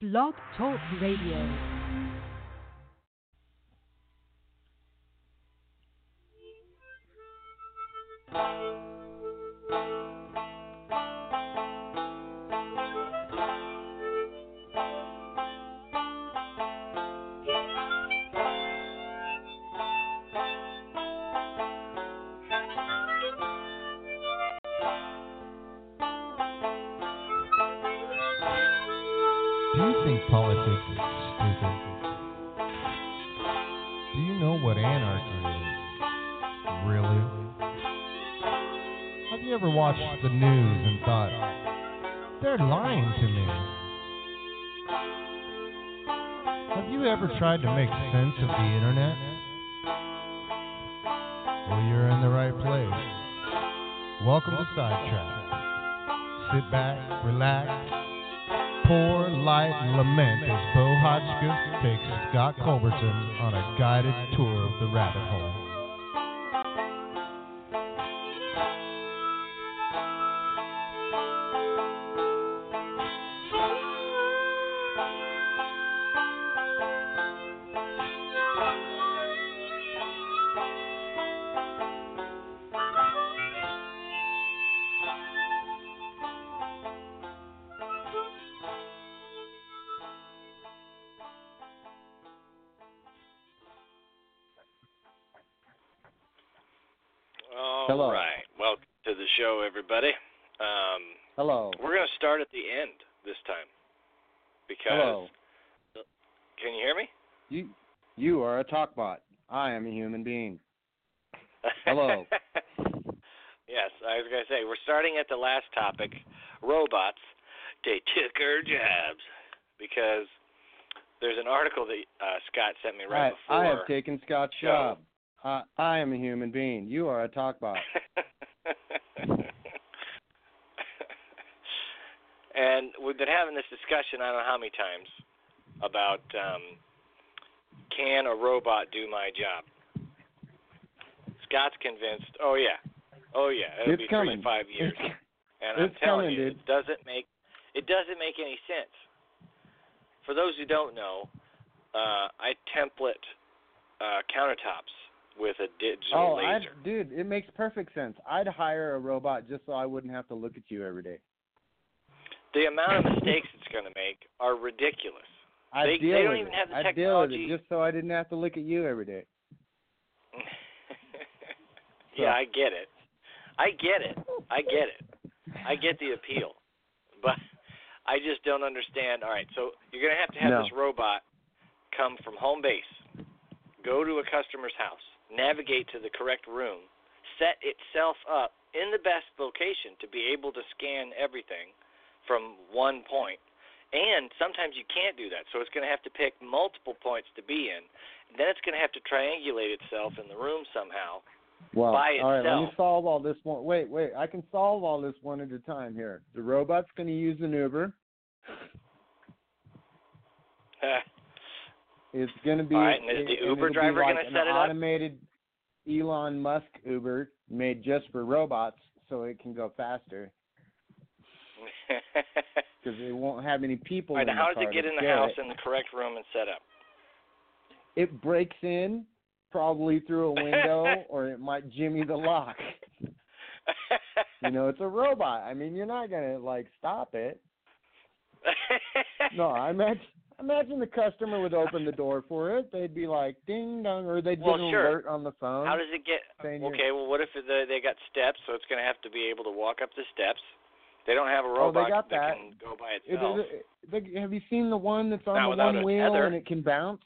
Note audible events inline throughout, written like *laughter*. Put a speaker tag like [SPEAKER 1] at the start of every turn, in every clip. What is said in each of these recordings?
[SPEAKER 1] Blog Talk Radio.
[SPEAKER 2] Do you think politics is stupid? Do you know what anarchy is? Really? Have you ever watched the news and thought, they're lying to me? Have you ever tried to make sense of the internet? Well, you're in the right place. Welcome to Sidetrack. Sit back, relax, Poor Light Lament as Bo Hotchkiss takes Scott Culberson on a guided tour of the rabbit hole.
[SPEAKER 3] All
[SPEAKER 4] Hello.
[SPEAKER 3] right. Welcome to the show, everybody. Um,
[SPEAKER 4] Hello.
[SPEAKER 3] we're going to start at the end this time because.
[SPEAKER 4] Hello.
[SPEAKER 3] Can you hear me?
[SPEAKER 4] You you are a talkbot. I am a human being. Hello.
[SPEAKER 3] *laughs* yes, I was going to say we're starting at the last topic, robots. They took our jobs because there's an article that uh, Scott sent me right
[SPEAKER 4] I, I have
[SPEAKER 3] before. *laughs*
[SPEAKER 4] taken Scott's
[SPEAKER 3] Go.
[SPEAKER 4] job. I I am a human being. You are a talkbot.
[SPEAKER 3] and we've been having this discussion I don't know how many times about um, can a robot do my job? Scott's convinced. Oh yeah, oh yeah, it'll
[SPEAKER 4] It's
[SPEAKER 3] be three
[SPEAKER 4] coming.
[SPEAKER 3] to five years,
[SPEAKER 4] *laughs* It's-
[SPEAKER 3] and I'm
[SPEAKER 4] it's coming,
[SPEAKER 3] telling you,
[SPEAKER 4] dude.
[SPEAKER 3] it doesn't make it doesn't make any sense. For those who don't know, uh, I template uh, countertops with a
[SPEAKER 4] oh,
[SPEAKER 3] digital
[SPEAKER 4] I,
[SPEAKER 3] laser.
[SPEAKER 4] dude, it makes perfect sense. I'd hire a robot just so I wouldn't have to look at you every day.
[SPEAKER 3] the amount of mistakes it's going to make are ridiculous. *laughs*
[SPEAKER 4] I
[SPEAKER 3] They- they
[SPEAKER 4] deal
[SPEAKER 3] don't
[SPEAKER 4] with
[SPEAKER 3] even
[SPEAKER 4] it.
[SPEAKER 3] have the
[SPEAKER 4] I deal with it
[SPEAKER 3] technology.
[SPEAKER 4] just so I didn't have to look at you every day.
[SPEAKER 3] yeah, I get it. I get it. I get it. I get the appeal. *laughs* But I just don't understand. All right, so you're going to have to have
[SPEAKER 4] No.
[SPEAKER 3] this robot come from home base, go to a customer's house, navigate to the correct room, set itself up in the best location to be able to scan everything from one point. And sometimes you can't do that, so it's going to have to pick multiple points to be in. Then it's going to have to triangulate itself in the room somehow. *laughs*
[SPEAKER 4] Well,
[SPEAKER 3] By
[SPEAKER 4] all right, let me
[SPEAKER 3] itself.
[SPEAKER 4] solve all this one. Wait, wait, I can solve all this one at a time here. The robot's going to use an Uber. It's going to be.
[SPEAKER 3] All right, and is the
[SPEAKER 4] it- and it'll
[SPEAKER 3] Uber
[SPEAKER 4] be
[SPEAKER 3] driver
[SPEAKER 4] like
[SPEAKER 3] gonna
[SPEAKER 4] an
[SPEAKER 3] set it up?
[SPEAKER 4] Automated Elon Musk Uber made just for robots, so it can go faster because it won't have any people.
[SPEAKER 3] All right,
[SPEAKER 4] in
[SPEAKER 3] now how
[SPEAKER 4] the
[SPEAKER 3] does
[SPEAKER 4] car
[SPEAKER 3] it get
[SPEAKER 4] to
[SPEAKER 3] in the
[SPEAKER 4] scare
[SPEAKER 3] house
[SPEAKER 4] It.
[SPEAKER 3] in the correct room and set up?
[SPEAKER 4] It breaks in, probably through a
[SPEAKER 3] *laughs*
[SPEAKER 4] window, or it might jimmy the lock. You know, it's a robot. I mean, you're not going to like stop it.
[SPEAKER 3] *laughs*
[SPEAKER 4] No, I imagine. Imagine the customer would open the door for it. They'd be like, "Ding dong," or they'd
[SPEAKER 3] Well,
[SPEAKER 4] get an
[SPEAKER 3] sure.
[SPEAKER 4] alert on the phone.
[SPEAKER 3] How does it get?
[SPEAKER 4] saying you're-
[SPEAKER 3] Okay, well, what if the, they got steps? So it's going to have to be able to walk up the steps. They don't have a
[SPEAKER 4] Oh, they
[SPEAKER 3] robot
[SPEAKER 4] got
[SPEAKER 3] that
[SPEAKER 4] that.
[SPEAKER 3] can go by
[SPEAKER 4] It,
[SPEAKER 3] itself.
[SPEAKER 4] it, it, the, have you seen the one that's on
[SPEAKER 3] Not
[SPEAKER 4] the
[SPEAKER 3] without
[SPEAKER 4] one
[SPEAKER 3] a
[SPEAKER 4] wheel
[SPEAKER 3] tether.
[SPEAKER 4] and it can bounce?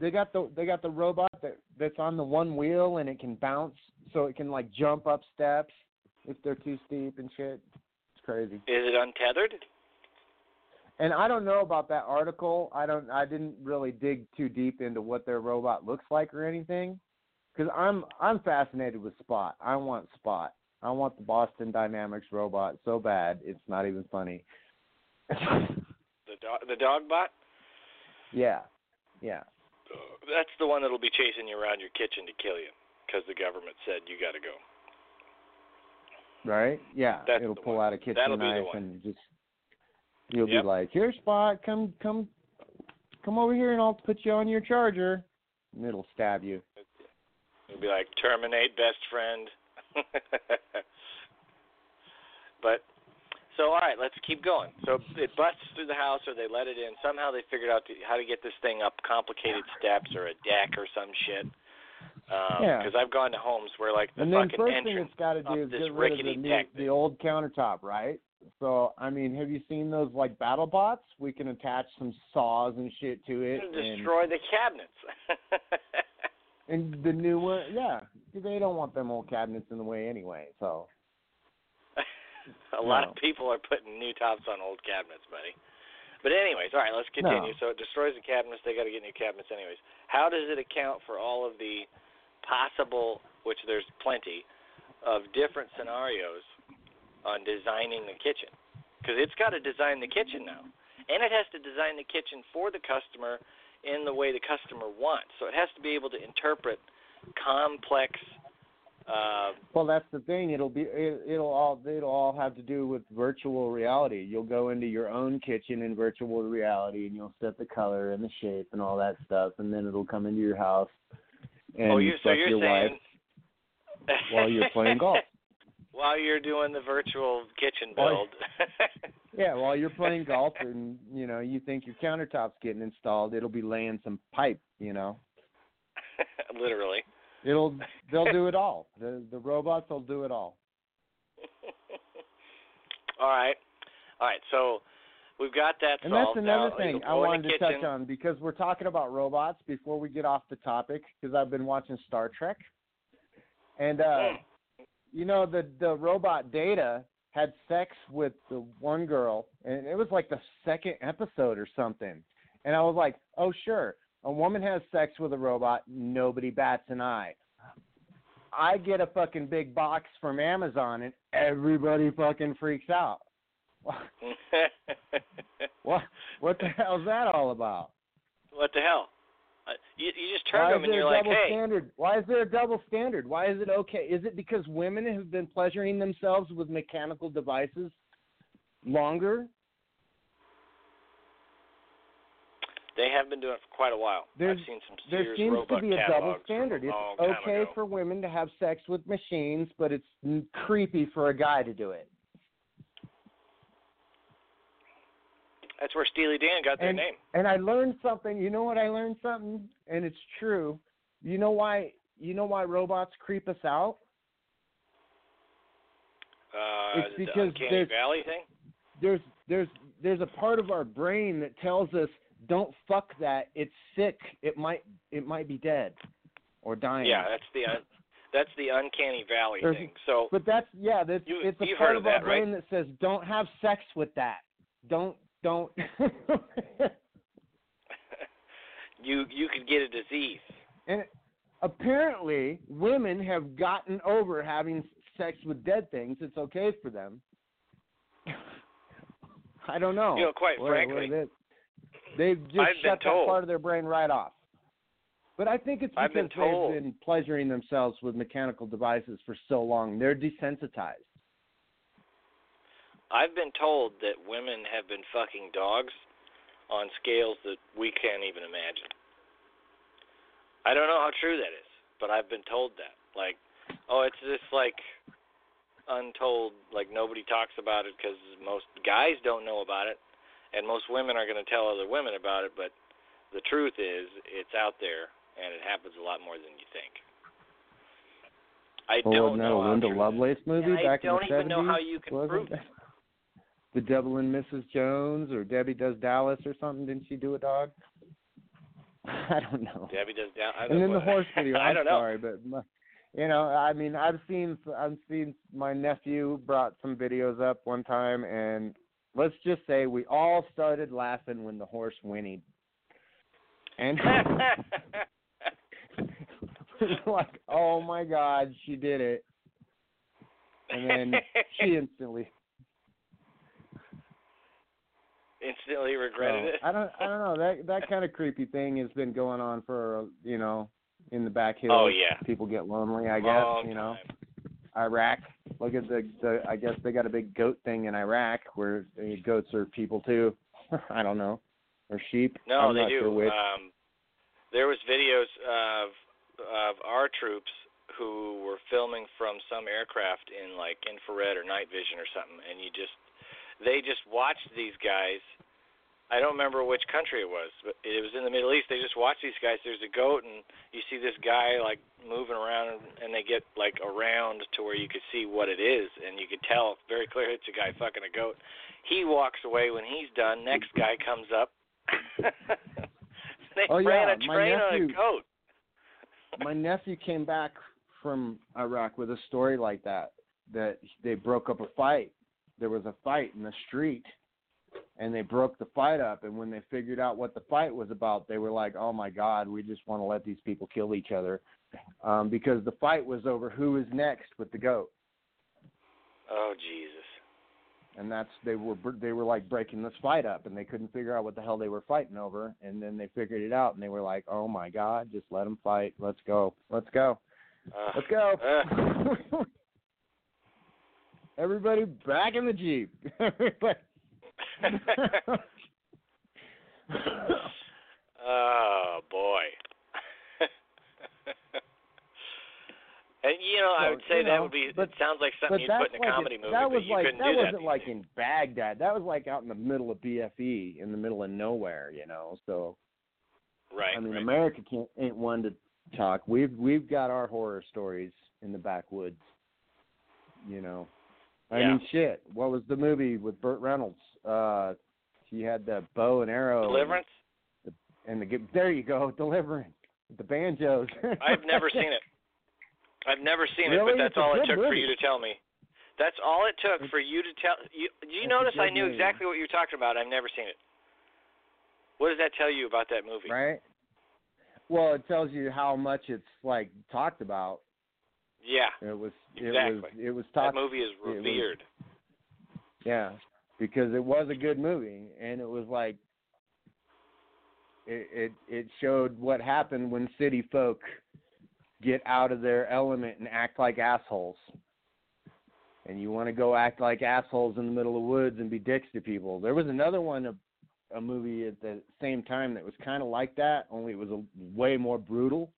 [SPEAKER 4] They got the they got the robot that that's on the one wheel and it can bounce, so it can like jump up steps if they're too steep and shit. It's crazy.
[SPEAKER 3] Is it untethered?
[SPEAKER 4] And I don't know about that article. I don't. I didn't really dig too deep into what their robot looks like or anything, because I'm I'm fascinated with Spot. I want Spot. I want the Boston Dynamics robot so bad it's not even funny. *laughs*
[SPEAKER 3] The dog, the dog bot.
[SPEAKER 4] yeah, yeah.
[SPEAKER 3] That's the one that'll be chasing you around your kitchen to kill you because the government said you got to go.
[SPEAKER 4] Right? Yeah.
[SPEAKER 3] That's
[SPEAKER 4] It'll
[SPEAKER 3] the
[SPEAKER 4] pull
[SPEAKER 3] one.
[SPEAKER 4] out a kitchen
[SPEAKER 3] That'll be the
[SPEAKER 4] knife
[SPEAKER 3] one.
[SPEAKER 4] and just You'll
[SPEAKER 3] Yep.
[SPEAKER 4] be like, "Here, Spot, come, come, come over here, and I'll put you on your charger." And it'll stab you.
[SPEAKER 3] It'd be like terminate best friend. *laughs* but so all right, let's keep going. So it busts through the house, or they let it in. Somehow they figured out to, how to get this thing up complicated steps or a deck or some shit. Um,
[SPEAKER 4] Yeah.
[SPEAKER 3] Because I've gone to homes where like the
[SPEAKER 4] and then
[SPEAKER 3] fucking
[SPEAKER 4] first thing
[SPEAKER 3] entrance.
[SPEAKER 4] it's got to do
[SPEAKER 3] up
[SPEAKER 4] is
[SPEAKER 3] this
[SPEAKER 4] get rid of the,
[SPEAKER 3] rickety
[SPEAKER 4] new,
[SPEAKER 3] deck.
[SPEAKER 4] the old countertop, right? So, I mean, have you seen those like battle bots? We can attach some saws and shit to it.
[SPEAKER 3] to
[SPEAKER 4] and-
[SPEAKER 3] destroy the cabinets. *laughs*
[SPEAKER 4] And the new one, yeah, they don't want them old cabinets in the way anyway. So
[SPEAKER 3] a lot
[SPEAKER 4] No.
[SPEAKER 3] of people are putting new tops on old cabinets, buddy. But anyways, all right, let's
[SPEAKER 4] No.
[SPEAKER 3] continue. So it destroys the cabinets. They got to get new cabinets, anyways. How does it account for all of the possible, which there's plenty, of different scenarios on designing the kitchen? Because it's got to design the kitchen now, and it has to design the kitchen for the customer in the way the customer wants. So it has to be able to interpret complex. Uh,
[SPEAKER 4] Well, that's the thing. It'll be it, it'll all it'll all have to do with virtual reality. You'll go into your own kitchen in virtual reality, and you'll set the color and the shape and all that stuff, and then it'll come into your house and
[SPEAKER 3] oh, you're, so
[SPEAKER 4] fuck
[SPEAKER 3] you're
[SPEAKER 4] your
[SPEAKER 3] saying
[SPEAKER 4] wife *laughs* while you're playing golf.
[SPEAKER 3] *laughs* while you're doing the virtual kitchen build.
[SPEAKER 4] Yeah, while
[SPEAKER 3] *laughs*
[SPEAKER 4] you're playing golf, and you know you think your countertop's getting installed, it'll be laying some pipe. You know,
[SPEAKER 3] *laughs* Literally.
[SPEAKER 4] it'll they'll do it all. The the robots will do it all.
[SPEAKER 3] All right. All right. So we've got that
[SPEAKER 4] And that's
[SPEAKER 3] solved.
[SPEAKER 4] another
[SPEAKER 3] now,
[SPEAKER 4] thing
[SPEAKER 3] you
[SPEAKER 4] I
[SPEAKER 3] go in
[SPEAKER 4] wanted
[SPEAKER 3] the
[SPEAKER 4] to
[SPEAKER 3] kitchen.
[SPEAKER 4] touch on because we're talking about robots before we get off the topic because I've been watching Star Trek. And uh
[SPEAKER 3] Mm.
[SPEAKER 4] you know the the robot Data had sex with the one girl and it was like the second episode or something. And I was like, "Oh sure, a woman has sex with a robot, nobody bats an eye." I get a fucking big box from Amazon and everybody fucking freaks out. *laughs*
[SPEAKER 3] Hmm.
[SPEAKER 4] What what the hell's that all about?
[SPEAKER 3] *laughs* what the hell? Uh, You, you just turn
[SPEAKER 4] Why
[SPEAKER 3] to
[SPEAKER 4] is
[SPEAKER 3] them and
[SPEAKER 4] there
[SPEAKER 3] you're
[SPEAKER 4] a
[SPEAKER 3] like,
[SPEAKER 4] double
[SPEAKER 3] hey,
[SPEAKER 4] standard? Why is there a double standard? Why is it okay? Is it because women have been pleasuring themselves with mechanical devices longer?
[SPEAKER 3] they have been doing it for quite a while.
[SPEAKER 4] There's-
[SPEAKER 3] I've seen some
[SPEAKER 4] There
[SPEAKER 3] serious
[SPEAKER 4] seems to
[SPEAKER 3] robot
[SPEAKER 4] be a double
[SPEAKER 3] catalogs from
[SPEAKER 4] standard.
[SPEAKER 3] a
[SPEAKER 4] It's
[SPEAKER 3] long time
[SPEAKER 4] okay
[SPEAKER 3] ago.
[SPEAKER 4] for women to have sex with machines, but it's n- creepy for a guy to do it.
[SPEAKER 3] That's where Steely Dan got their
[SPEAKER 4] and,
[SPEAKER 3] name.
[SPEAKER 4] and I learned something. You know what I learned something, and it's true. You know why? You know why robots creep us out?
[SPEAKER 3] Uh,
[SPEAKER 4] it's
[SPEAKER 3] the
[SPEAKER 4] because
[SPEAKER 3] Uncanny
[SPEAKER 4] there's-
[SPEAKER 3] Valley thing.
[SPEAKER 4] there's there's there's a part of our brain that tells us don't fuck that it's sick it might it might be dead or dying
[SPEAKER 3] Yeah, that's the un- that's the Uncanny Valley
[SPEAKER 4] There's-
[SPEAKER 3] thing. So
[SPEAKER 4] but that's yeah that's
[SPEAKER 3] You-
[SPEAKER 4] it's a
[SPEAKER 3] you've
[SPEAKER 4] part
[SPEAKER 3] heard
[SPEAKER 4] of
[SPEAKER 3] of
[SPEAKER 4] our
[SPEAKER 3] that, right?
[SPEAKER 4] brain that says don't have sex with that don't don't *laughs*
[SPEAKER 3] you you could get a disease.
[SPEAKER 4] and apparently women have gotten over having sex with dead things it's okay for them *laughs* i don't know
[SPEAKER 3] You know, quite
[SPEAKER 4] What-
[SPEAKER 3] frankly,
[SPEAKER 4] what it is. they've just
[SPEAKER 3] I've been
[SPEAKER 4] shut that
[SPEAKER 3] told.
[SPEAKER 4] part of their brain right off. But I think it's because
[SPEAKER 3] I've been told.
[SPEAKER 4] they've been pleasuring themselves with mechanical devices for so long. They're desensitized.
[SPEAKER 3] I've been told that women have been fucking dogs on scales that we can't even imagine. I don't know how true that is, but I've been told that. Like, oh, it's just like untold, like nobody talks about it because most guys don't know about it, and most women are going to tell other women about it. But the truth is, it's out there, and it happens a lot more than you think. I
[SPEAKER 4] oh, wasn't
[SPEAKER 3] don't
[SPEAKER 4] that
[SPEAKER 3] know
[SPEAKER 4] a
[SPEAKER 3] how
[SPEAKER 4] Linda
[SPEAKER 3] true that is.
[SPEAKER 4] Lovelace movie
[SPEAKER 3] And I
[SPEAKER 4] back in
[SPEAKER 3] don't
[SPEAKER 4] the
[SPEAKER 3] even
[SPEAKER 4] 70s?
[SPEAKER 3] know how you can
[SPEAKER 4] wasn't
[SPEAKER 3] prove
[SPEAKER 4] it? The Devil and Mrs. Jones or Debbie Does Dallas or something. Didn't she do a dog? *laughs* I don't know.
[SPEAKER 3] Debbie does down. I
[SPEAKER 4] and then the
[SPEAKER 3] what-
[SPEAKER 4] horse
[SPEAKER 3] *laughs*
[SPEAKER 4] video. I'm
[SPEAKER 3] I don't know.
[SPEAKER 4] sorry, but my, you know, I mean, I've seen, I've seen my nephew brought some videos up one time, and let's just say we all started laughing when the horse whinnied,
[SPEAKER 3] *laughs*
[SPEAKER 4] and *laughs* we were like, oh my God, she did it, and then she instantly.
[SPEAKER 3] *laughs* instantly
[SPEAKER 4] so,
[SPEAKER 3] regretted it.
[SPEAKER 4] I don't, I don't know. That
[SPEAKER 3] *laughs*
[SPEAKER 4] that kind of creepy thing has been going on for, you know, in the back hills.
[SPEAKER 3] Oh yeah.
[SPEAKER 4] People get lonely, I guess.
[SPEAKER 3] Long
[SPEAKER 4] you know.
[SPEAKER 3] time.
[SPEAKER 4] Iraq. Look at the, the I guess they got a big goat thing in Iraq where uh, goats are people too. *laughs* I don't know. Or sheep.
[SPEAKER 3] No,
[SPEAKER 4] I'm
[SPEAKER 3] they
[SPEAKER 4] not
[SPEAKER 3] do.
[SPEAKER 4] Sure which.
[SPEAKER 3] um, there was videos of of our troops who were filming from some aircraft in like infrared or night vision or something, and you just they just watched these guys. I don't remember which country it was, but it was in the Middle East. They just watched these guys. There's a goat, and you see this guy like moving around, and they get like around to where you could see what it is, and you could tell very clear it's a guy fucking a goat. He walks away when he's done. Next guy comes up, *laughs* they
[SPEAKER 4] Oh,
[SPEAKER 3] ran
[SPEAKER 4] yeah,
[SPEAKER 3] a
[SPEAKER 4] my
[SPEAKER 3] train on a
[SPEAKER 4] nephew-
[SPEAKER 3] goat. Uh,
[SPEAKER 4] my nephew came back from Iraq with a story like that that they broke up a fight. There was a fight in the street and they broke the fight up and when they figured out what the fight was about, they were like, "Oh my god, we just want to let these people kill each other." Um because the fight was over who is next with the goat.
[SPEAKER 3] Oh Jesus!
[SPEAKER 4] And that's they were they were like breaking this fight up and they couldn't figure out what the hell they were fighting over and then they figured it out and they were like, "Oh my god, just let them fight. Let's go. Let's go."
[SPEAKER 3] Uh,
[SPEAKER 4] Let's go.
[SPEAKER 3] *laughs* uh,
[SPEAKER 4] *laughs* Everybody back in the Jeep. *laughs*
[SPEAKER 3] *laughs*
[SPEAKER 4] Everybody.
[SPEAKER 3] oh boy. *laughs* and you know, I
[SPEAKER 4] Well,
[SPEAKER 3] would say
[SPEAKER 4] you
[SPEAKER 3] that
[SPEAKER 4] know,
[SPEAKER 3] would be.
[SPEAKER 4] but-
[SPEAKER 3] it sounds like
[SPEAKER 4] but
[SPEAKER 3] something you'd
[SPEAKER 4] that's
[SPEAKER 3] put in a
[SPEAKER 4] like
[SPEAKER 3] comedy
[SPEAKER 4] it-
[SPEAKER 3] movie,
[SPEAKER 4] that
[SPEAKER 3] but
[SPEAKER 4] was
[SPEAKER 3] you
[SPEAKER 4] like
[SPEAKER 3] couldn't
[SPEAKER 4] that
[SPEAKER 3] do
[SPEAKER 4] wasn't
[SPEAKER 3] that.
[SPEAKER 4] like in Baghdad. That was like out in the middle of BFE, in the middle of nowhere, you know. So
[SPEAKER 3] right.
[SPEAKER 4] I mean,
[SPEAKER 3] right.
[SPEAKER 4] America can't ain't one to talk. We've we've got our horror stories in the backwoods, you know. I
[SPEAKER 3] Yeah.
[SPEAKER 4] mean, shit. What was the movie with Burt Reynolds? Uh, he had the bow and arrow. and-
[SPEAKER 3] Deliverance.
[SPEAKER 4] and the gu- there you go, *laughs* delivering the banjos.
[SPEAKER 3] *laughs* I've never seen it. I've never seen
[SPEAKER 4] Really?
[SPEAKER 3] it, but that's
[SPEAKER 4] It's a
[SPEAKER 3] all it
[SPEAKER 4] good
[SPEAKER 3] took for
[SPEAKER 4] movie.
[SPEAKER 3] you to tell me. That's all it took
[SPEAKER 4] It's-
[SPEAKER 3] for you to tell. You, do you
[SPEAKER 4] It's a
[SPEAKER 3] notice I
[SPEAKER 4] good
[SPEAKER 3] knew
[SPEAKER 4] movie.
[SPEAKER 3] exactly what you were talking about? I've never seen it. What does that tell you about that movie?
[SPEAKER 4] right? Well, it tells you how much it's like talked about.
[SPEAKER 3] Yeah,
[SPEAKER 4] It was
[SPEAKER 3] Exactly.
[SPEAKER 4] it was it was
[SPEAKER 3] that
[SPEAKER 4] talked
[SPEAKER 3] movie is
[SPEAKER 4] it was-
[SPEAKER 3] revered.
[SPEAKER 4] yeah because it was a good movie and it was like it it it showed what happened when city folk get out of their element and act like assholes. And you want to go act like assholes in the middle of the woods and be dicks to people. There was another one, a, a movie at the same time that was kind of like that, only it was a, way more brutal.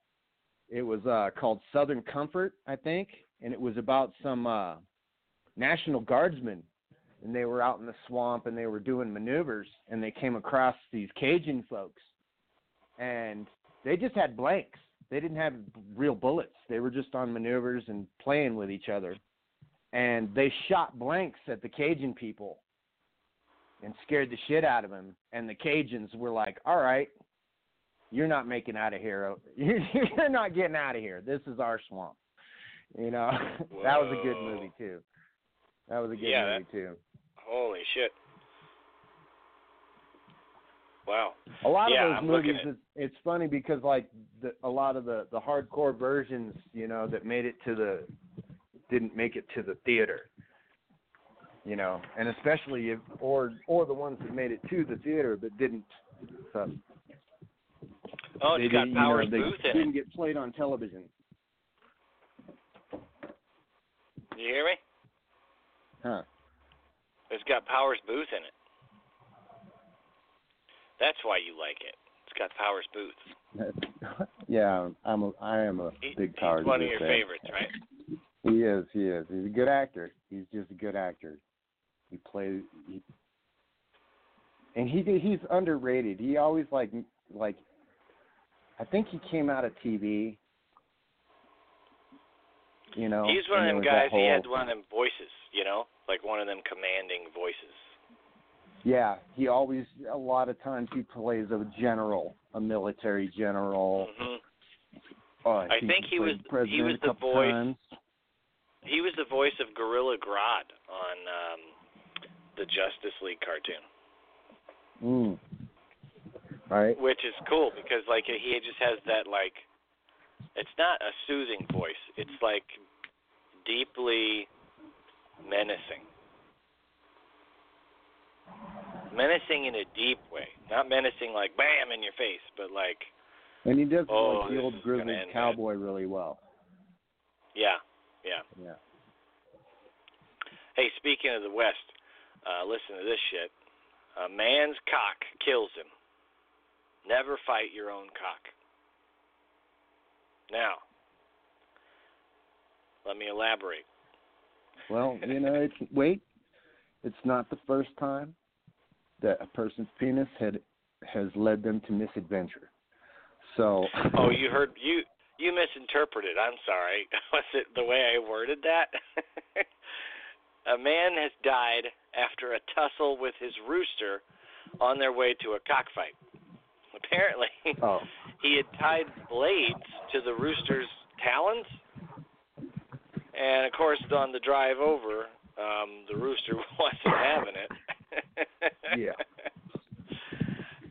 [SPEAKER 4] It was uh, called Southern Comfort, I think, and it was about some uh, National Guardsmen, and they were out in the swamp and they were doing maneuvers, and they came across these Cajun folks, and they just had blanks. They didn't have real bullets. They were just on maneuvers and playing with each other. And they shot blanks at the Cajun people and scared the shit out of them. And the Cajuns were like, all right, you're not making out of here. *laughs* You're not getting out of here. This is our swamp. You know, *laughs* that was a good
[SPEAKER 3] Whoa.
[SPEAKER 4] movie, too. That was a good
[SPEAKER 3] Yeah, that-
[SPEAKER 4] movie, too.
[SPEAKER 3] Holy shit! Wow.
[SPEAKER 4] A lot
[SPEAKER 3] Yeah,
[SPEAKER 4] of those
[SPEAKER 3] I'm looking
[SPEAKER 4] movies,
[SPEAKER 3] at-
[SPEAKER 4] it's, it's funny because like the, a lot of the the hardcore versions, you know, that made it to the didn't make it to the theater, you know, and especially if or or the ones that made it to the theater but didn't. So
[SPEAKER 3] Oh,
[SPEAKER 4] they
[SPEAKER 3] it's got
[SPEAKER 4] didn't,
[SPEAKER 3] Powers
[SPEAKER 4] you know, they
[SPEAKER 3] Booth in
[SPEAKER 4] didn't
[SPEAKER 3] it.
[SPEAKER 4] get played on television.
[SPEAKER 3] Do you hear me?
[SPEAKER 4] Huh. *laughs*
[SPEAKER 3] It's got Powers Booth in it. That's why you like it. It's got Powers Booth.
[SPEAKER 4] yeah, I'm a I am a
[SPEAKER 3] He,
[SPEAKER 4] big
[SPEAKER 3] he's
[SPEAKER 4] power.
[SPEAKER 3] one of
[SPEAKER 4] user
[SPEAKER 3] your
[SPEAKER 4] fan.
[SPEAKER 3] favorites, right?
[SPEAKER 4] He is. He is. He's a good actor. He's just a good actor. He plays. He, and he he's underrated. He always like like. I think he came out of TV. You know.
[SPEAKER 3] He's one of
[SPEAKER 4] and
[SPEAKER 3] them
[SPEAKER 4] there
[SPEAKER 3] guys.
[SPEAKER 4] was that
[SPEAKER 3] He had
[SPEAKER 4] whole-
[SPEAKER 3] one of them voices, you know, like one of them commanding voices.
[SPEAKER 4] Yeah, he always a lot of times he plays a general, a military general.
[SPEAKER 3] hmm
[SPEAKER 4] Oh,
[SPEAKER 3] I think he was-
[SPEAKER 4] played president
[SPEAKER 3] he was
[SPEAKER 4] a
[SPEAKER 3] the
[SPEAKER 4] couple
[SPEAKER 3] voice-
[SPEAKER 4] times.
[SPEAKER 3] He was the voice of Gorilla Grodd on um, the Justice League cartoon,
[SPEAKER 4] Mm. Right.
[SPEAKER 3] which is cool because like he just has that like, it's not a soothing voice. It's like deeply menacing. Menacing in a deep way, not menacing like bam in your face, but like
[SPEAKER 4] And he does
[SPEAKER 3] Oh,
[SPEAKER 4] like
[SPEAKER 3] this
[SPEAKER 4] the old
[SPEAKER 3] is gonna
[SPEAKER 4] grizzled
[SPEAKER 3] end bad.
[SPEAKER 4] cowboy really well.
[SPEAKER 3] yeah, yeah.
[SPEAKER 4] Yeah.
[SPEAKER 3] Hey, speaking of the West, uh, listen to this shit. A man's cock kills him. Never fight your own cock. Now, let me elaborate.
[SPEAKER 4] Well, you know, it's wait. It's not the first time that a person's penis had has led them to misadventure. So *laughs*
[SPEAKER 3] Oh, you heard you you misinterpreted. I'm sorry. *laughs* Was it the way I worded that? *laughs* a man has died after a tussle with his rooster on their way to a cockfight. *laughs* Apparently, *laughs*
[SPEAKER 4] Oh.
[SPEAKER 3] he had tied blades to the rooster's talons, and of course, on the drive over, um, the rooster *laughs* wasn't having it. *laughs*
[SPEAKER 4] Yeah.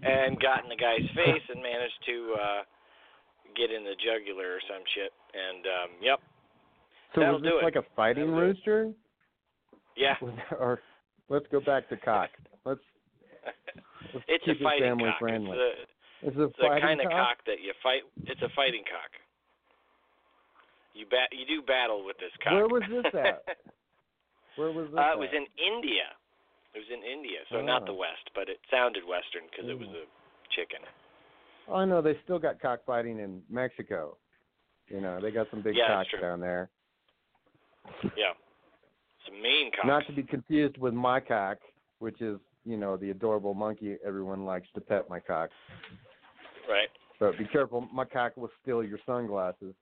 [SPEAKER 3] And got in the guy's face and managed to uh, get in the jugular or some shit. And um, yep,
[SPEAKER 4] So
[SPEAKER 3] That'll
[SPEAKER 4] was this
[SPEAKER 3] do it.
[SPEAKER 4] like a fighting
[SPEAKER 3] That'll do it.
[SPEAKER 4] rooster?
[SPEAKER 3] yeah, *laughs*
[SPEAKER 4] Was- or let's go back to cock. Let's, let's
[SPEAKER 3] it's
[SPEAKER 4] keep
[SPEAKER 3] a fighting
[SPEAKER 4] it family
[SPEAKER 3] cock.
[SPEAKER 4] friendly.
[SPEAKER 3] It's a,
[SPEAKER 4] It's a,
[SPEAKER 3] It's the
[SPEAKER 4] fighting
[SPEAKER 3] kind of
[SPEAKER 4] cock.
[SPEAKER 3] cock that you fight. It's a fighting cock. You bat. You do battle with this cock.
[SPEAKER 4] Where was this
[SPEAKER 3] *laughs*
[SPEAKER 4] at? Where was this?
[SPEAKER 3] uh, it was
[SPEAKER 4] at?
[SPEAKER 3] in India. It was in India, so
[SPEAKER 4] Ah.
[SPEAKER 3] not the West, but it sounded Western because it was a chicken.
[SPEAKER 4] Oh, I know they still got cockfighting in Mexico. You know, they got some big
[SPEAKER 3] Yeah, that's
[SPEAKER 4] cocks
[SPEAKER 3] true.
[SPEAKER 4] down there.
[SPEAKER 3] Yeah, it's a mean cock.
[SPEAKER 4] Not to be confused with my cock, which is, you know, the adorable monkey everyone likes to pet my cock.
[SPEAKER 3] right.
[SPEAKER 4] But be careful, my cock will steal your sunglasses.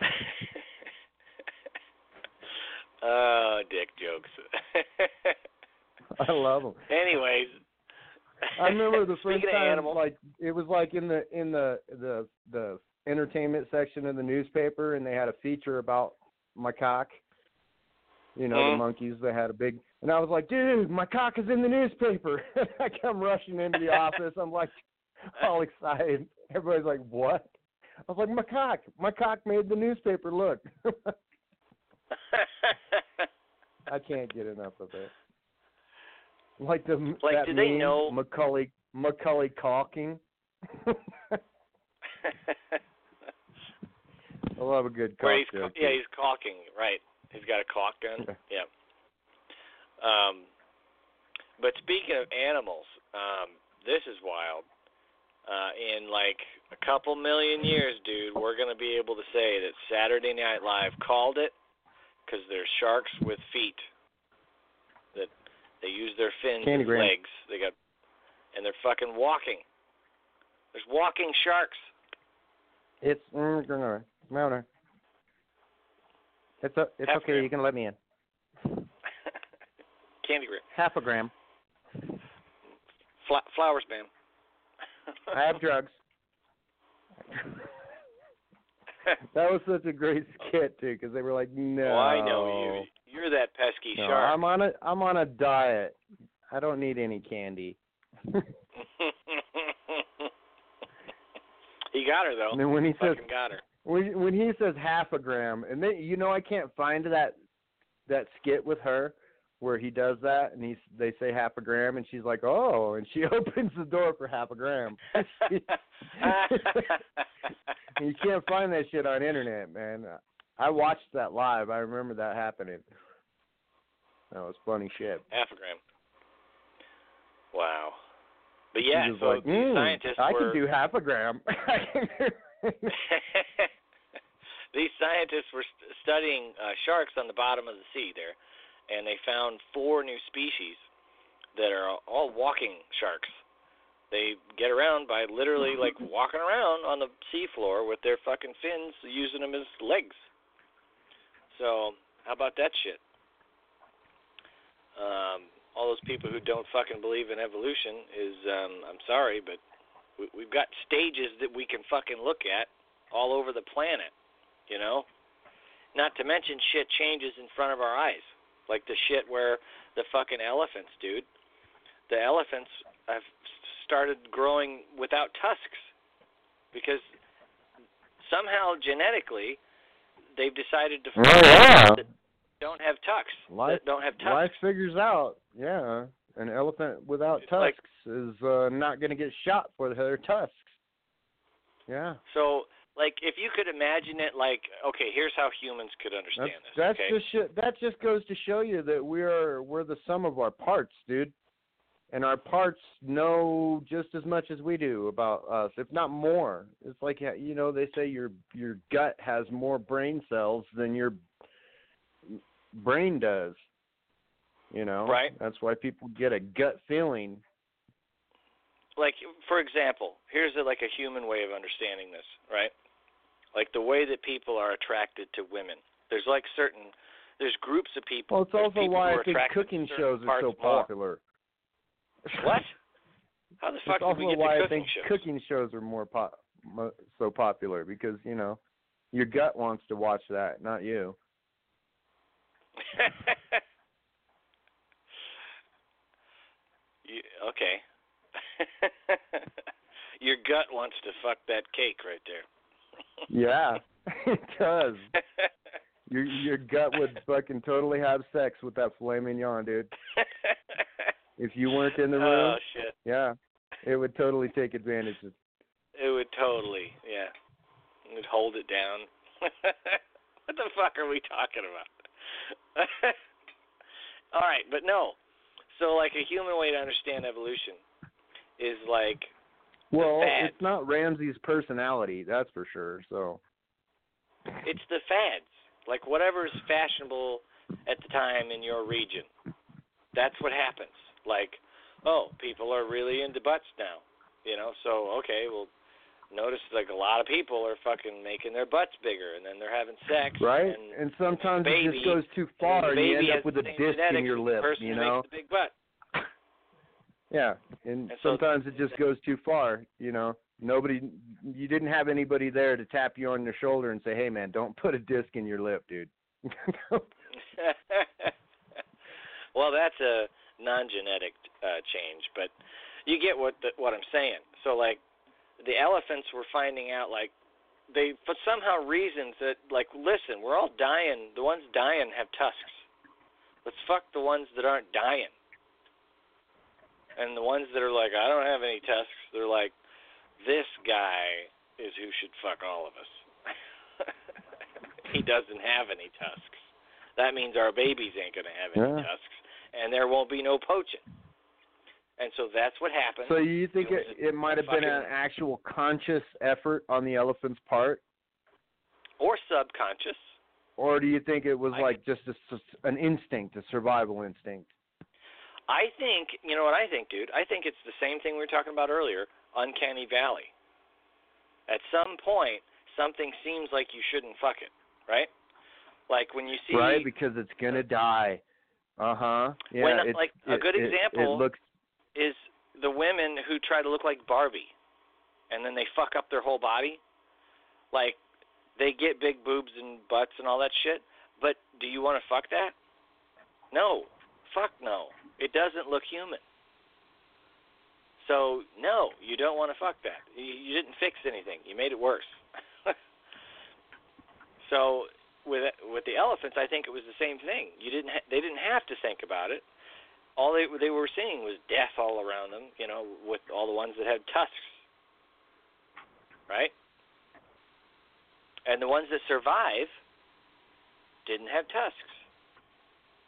[SPEAKER 4] *laughs*
[SPEAKER 3] Oh, dick jokes. *laughs*
[SPEAKER 4] I love them.
[SPEAKER 3] Anyways,
[SPEAKER 4] I remember
[SPEAKER 3] *laughs*
[SPEAKER 4] the first
[SPEAKER 3] Speaking of
[SPEAKER 4] time,
[SPEAKER 3] animals,
[SPEAKER 4] like it was like in the in the the the entertainment section of the newspaper, and they had a feature about my cock. You know,
[SPEAKER 3] Mhm.
[SPEAKER 4] the monkeys. They had a big, and I was like, dude, my cock is in the newspaper. *laughs* I come rushing into the office. I'm like, all excited. Everybody's like, what? I was like, my cock, my cock made the newspaper. Look, *laughs* I can't get enough of it. Like the
[SPEAKER 3] Like,
[SPEAKER 4] that
[SPEAKER 3] do they
[SPEAKER 4] meme,
[SPEAKER 3] know-
[SPEAKER 4] Macaulay Macaulay Calking? *laughs* I
[SPEAKER 3] *laughs*
[SPEAKER 4] love a good cock
[SPEAKER 3] Where he's
[SPEAKER 4] joke.
[SPEAKER 3] yeah, he's caulking, right. He's got a caulk gun. yeah. Um but speaking of animals, um this is wild. Uh in like a couple million years, dude, we're going to be able to say that Saturday Night Live called it cuz they're sharks with feet. That they use their fins
[SPEAKER 4] Candy
[SPEAKER 3] as
[SPEAKER 4] Graham.
[SPEAKER 3] legs. They got and they're fucking walking. There's walking sharks.
[SPEAKER 4] It's mm, no, no, no, no. It's a, it's
[SPEAKER 3] Half
[SPEAKER 4] okay.
[SPEAKER 3] gram.
[SPEAKER 4] You can let me in.
[SPEAKER 3] Candy grip.
[SPEAKER 4] Half a gram.
[SPEAKER 3] Fla- flowers,
[SPEAKER 4] *laughs*
[SPEAKER 3] ma'am.
[SPEAKER 4] I have drugs. That was such a great *laughs* skit too, because they were like, no.
[SPEAKER 3] *laughs* Oh, I know you. You're that pesky
[SPEAKER 4] No,
[SPEAKER 3] shark.
[SPEAKER 4] I'm on a I'm on a diet. I don't need any candy.
[SPEAKER 3] *laughs*
[SPEAKER 4] *laughs*
[SPEAKER 3] he got her though.
[SPEAKER 4] and then when he says *laughs*
[SPEAKER 3] Fucking got her. *laughs*
[SPEAKER 4] when when he says half a gram, and then you know I can't find that that skit with her where he does that, and he's they say half a gram, and she's like, oh, and she *laughs* opens the door for half a gram. *laughs* you can't find that shit on internet, man. I watched that live. I remember that happening. That was funny shit.
[SPEAKER 3] Half a gram. Wow. But yeah,
[SPEAKER 4] He was
[SPEAKER 3] so
[SPEAKER 4] like,
[SPEAKER 3] the
[SPEAKER 4] "Mm,
[SPEAKER 3] scientists
[SPEAKER 4] I
[SPEAKER 3] were
[SPEAKER 4] can do half a gram. *laughs*
[SPEAKER 3] *laughs* these scientists were st- studying uh, sharks on the bottom of the sea there, and they found four new species that are all walking sharks. They get around by literally like walking around on the seafloor with their fucking fins, using them as legs. So how about that shit? Um, all those people who don't fucking believe in evolution is, um, I'm sorry, but we, we've got stages that we can fucking look at all over the planet, you know? Not to mention shit changes in front of our eyes. Like the shit where the fucking elephants, dude. The elephants have started growing without tusks because somehow genetically they've decided to
[SPEAKER 4] Oh, yeah.
[SPEAKER 3] that don't have tucks.
[SPEAKER 4] Life-
[SPEAKER 3] that don't have tusks.
[SPEAKER 4] Life figures out, yeah, an elephant without
[SPEAKER 3] It's like-
[SPEAKER 4] tusks is uh, not going to get shot for their tusks. Yeah.
[SPEAKER 3] So like if you could imagine it like okay here's how humans could
[SPEAKER 4] That's,
[SPEAKER 3] understand this
[SPEAKER 4] that's
[SPEAKER 3] okay?
[SPEAKER 4] just sh- that just goes to show you that we're we're the sum of our parts, dude. And our parts know just as much as we do about us, if not more. It's like you know they say your your gut has more brain cells than your brain does. You know,
[SPEAKER 3] Right.
[SPEAKER 4] That's why people get a gut feeling.
[SPEAKER 3] like for example, here's a, like a human way of understanding this, right? Like the way that people are attracted to women. There's like certain there's groups of people.
[SPEAKER 4] Well, it's
[SPEAKER 3] there's
[SPEAKER 4] also
[SPEAKER 3] people
[SPEAKER 4] why
[SPEAKER 3] who
[SPEAKER 4] I
[SPEAKER 3] are
[SPEAKER 4] think
[SPEAKER 3] attracted to
[SPEAKER 4] cooking
[SPEAKER 3] certain
[SPEAKER 4] shows are
[SPEAKER 3] parts
[SPEAKER 4] so
[SPEAKER 3] more.
[SPEAKER 4] popular. *laughs*
[SPEAKER 3] What? How the fuck
[SPEAKER 4] That's also
[SPEAKER 3] did we get
[SPEAKER 4] why
[SPEAKER 3] to
[SPEAKER 4] I
[SPEAKER 3] cooking
[SPEAKER 4] think
[SPEAKER 3] shows?
[SPEAKER 4] cooking shows are more pop, mo- so popular because you know your gut wants to watch that, not you.
[SPEAKER 3] *laughs* You- okay. *laughs* Your gut wants to fuck that cake right *laughs*
[SPEAKER 4] Yeah, *laughs* it does.
[SPEAKER 3] there.
[SPEAKER 4] Your your gut would fucking totally have sex with that filet mignon, dude. If you weren't in the room,
[SPEAKER 3] Oh shit.
[SPEAKER 4] yeah, it would totally take advantage of.
[SPEAKER 3] It would totally, yeah. It would hold it down. *laughs* what the fuck are we talking about? *laughs* All right, but no. So like a human way to understand evolution is like
[SPEAKER 4] Well,
[SPEAKER 3] fad.
[SPEAKER 4] it's not Ramsey's personality, that's for sure. So
[SPEAKER 3] it's the fads. Like whatever is fashionable at the time in your region. That's what happens. Like, oh, people are really into butts now. You know, so okay, well notice like a lot of people are fucking making their butts bigger and then they're having sex
[SPEAKER 4] right,
[SPEAKER 3] and
[SPEAKER 4] and sometimes it
[SPEAKER 3] Mm. baby-
[SPEAKER 4] just goes too far,
[SPEAKER 3] the
[SPEAKER 4] and you
[SPEAKER 3] baby
[SPEAKER 4] end
[SPEAKER 3] has
[SPEAKER 4] up with
[SPEAKER 3] the
[SPEAKER 4] a
[SPEAKER 3] same
[SPEAKER 4] disc
[SPEAKER 3] genetics
[SPEAKER 4] in your
[SPEAKER 3] as
[SPEAKER 4] lip,
[SPEAKER 3] The person
[SPEAKER 4] you
[SPEAKER 3] who
[SPEAKER 4] know.
[SPEAKER 3] makes the big butt. *laughs*
[SPEAKER 4] Yeah, and,
[SPEAKER 3] And so-
[SPEAKER 4] sometimes it just goes too far. You know, nobody, you didn't have anybody there to tap you on your shoulder and say, "Hey, man, don't put a disc in your lip, dude." *laughs*
[SPEAKER 3] well, that's a non-genetic uh, change, but you get what the, what I'm saying. So like, the elephants were finding out like they for somehow reasons that like listen, we're all dying. The ones dying have tusks. Let's fuck the ones that aren't dying. And the ones that are like, I don't have any tusks, they're like, this guy is who should fuck all of us. *laughs* he doesn't have any tusks. That means our babies ain't going to have any
[SPEAKER 4] Yeah.
[SPEAKER 3] tusks, and there won't be no poaching. And so that's what happened.
[SPEAKER 4] so you think
[SPEAKER 3] It was
[SPEAKER 4] it, it might have been an
[SPEAKER 3] fucking-
[SPEAKER 4] actual conscious effort on the elephant's part,
[SPEAKER 3] or subconscious.
[SPEAKER 4] or do you think it was
[SPEAKER 3] I-
[SPEAKER 4] like just a s an instinct, a survival instinct?
[SPEAKER 3] I think you know what I think, dude. I think it's the same thing we were talking about earlier, uncanny valley. At some point, something seems like you shouldn't fuck it, right? Like when you see
[SPEAKER 4] right, because it's gonna die. Uh huh. Yeah.
[SPEAKER 3] When,
[SPEAKER 4] it-
[SPEAKER 3] like, a
[SPEAKER 4] it-
[SPEAKER 3] good
[SPEAKER 4] it-
[SPEAKER 3] example-
[SPEAKER 4] it looks
[SPEAKER 3] is the women who try to look like Barbie, and then they fuck up their whole body. Like they get big boobs and butts and all that shit. But do you want to fuck that? No, fuck no. It doesn't look human. So no, you don't want to fuck that. You, you didn't fix anything. You made it worse. so with with the elephants, I think it was the same thing. You didn't. Ha- they didn't have to think about it all they they were seeing was death all around them. You know, with all the ones that had tusks, right? And the ones that survive didn't have tusks,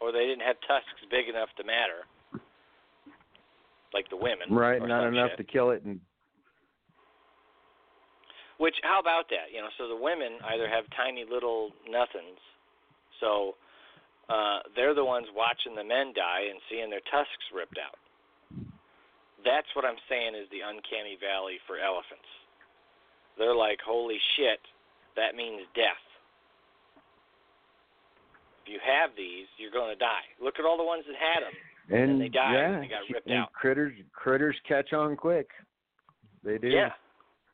[SPEAKER 3] or they didn't have tusks big enough to matter, like the women.
[SPEAKER 4] right,
[SPEAKER 3] or
[SPEAKER 4] not
[SPEAKER 3] some
[SPEAKER 4] enough
[SPEAKER 3] shit.
[SPEAKER 4] to kill it, and
[SPEAKER 3] Which, how about that? You know, so the women either have tiny little nothings, so uh, they're the ones watching the men die and seeing their tusks ripped out. That's what I'm saying is the uncanny valley for elephants. They're like, holy shit, that means death. If you have these, you're going to die. Look at all the ones that had them.
[SPEAKER 4] and,
[SPEAKER 3] they died,
[SPEAKER 4] Yeah,
[SPEAKER 3] they got
[SPEAKER 4] cu-
[SPEAKER 3] ripped
[SPEAKER 4] and
[SPEAKER 3] out.
[SPEAKER 4] Critters, critters catch on quick. They do.
[SPEAKER 3] Yeah.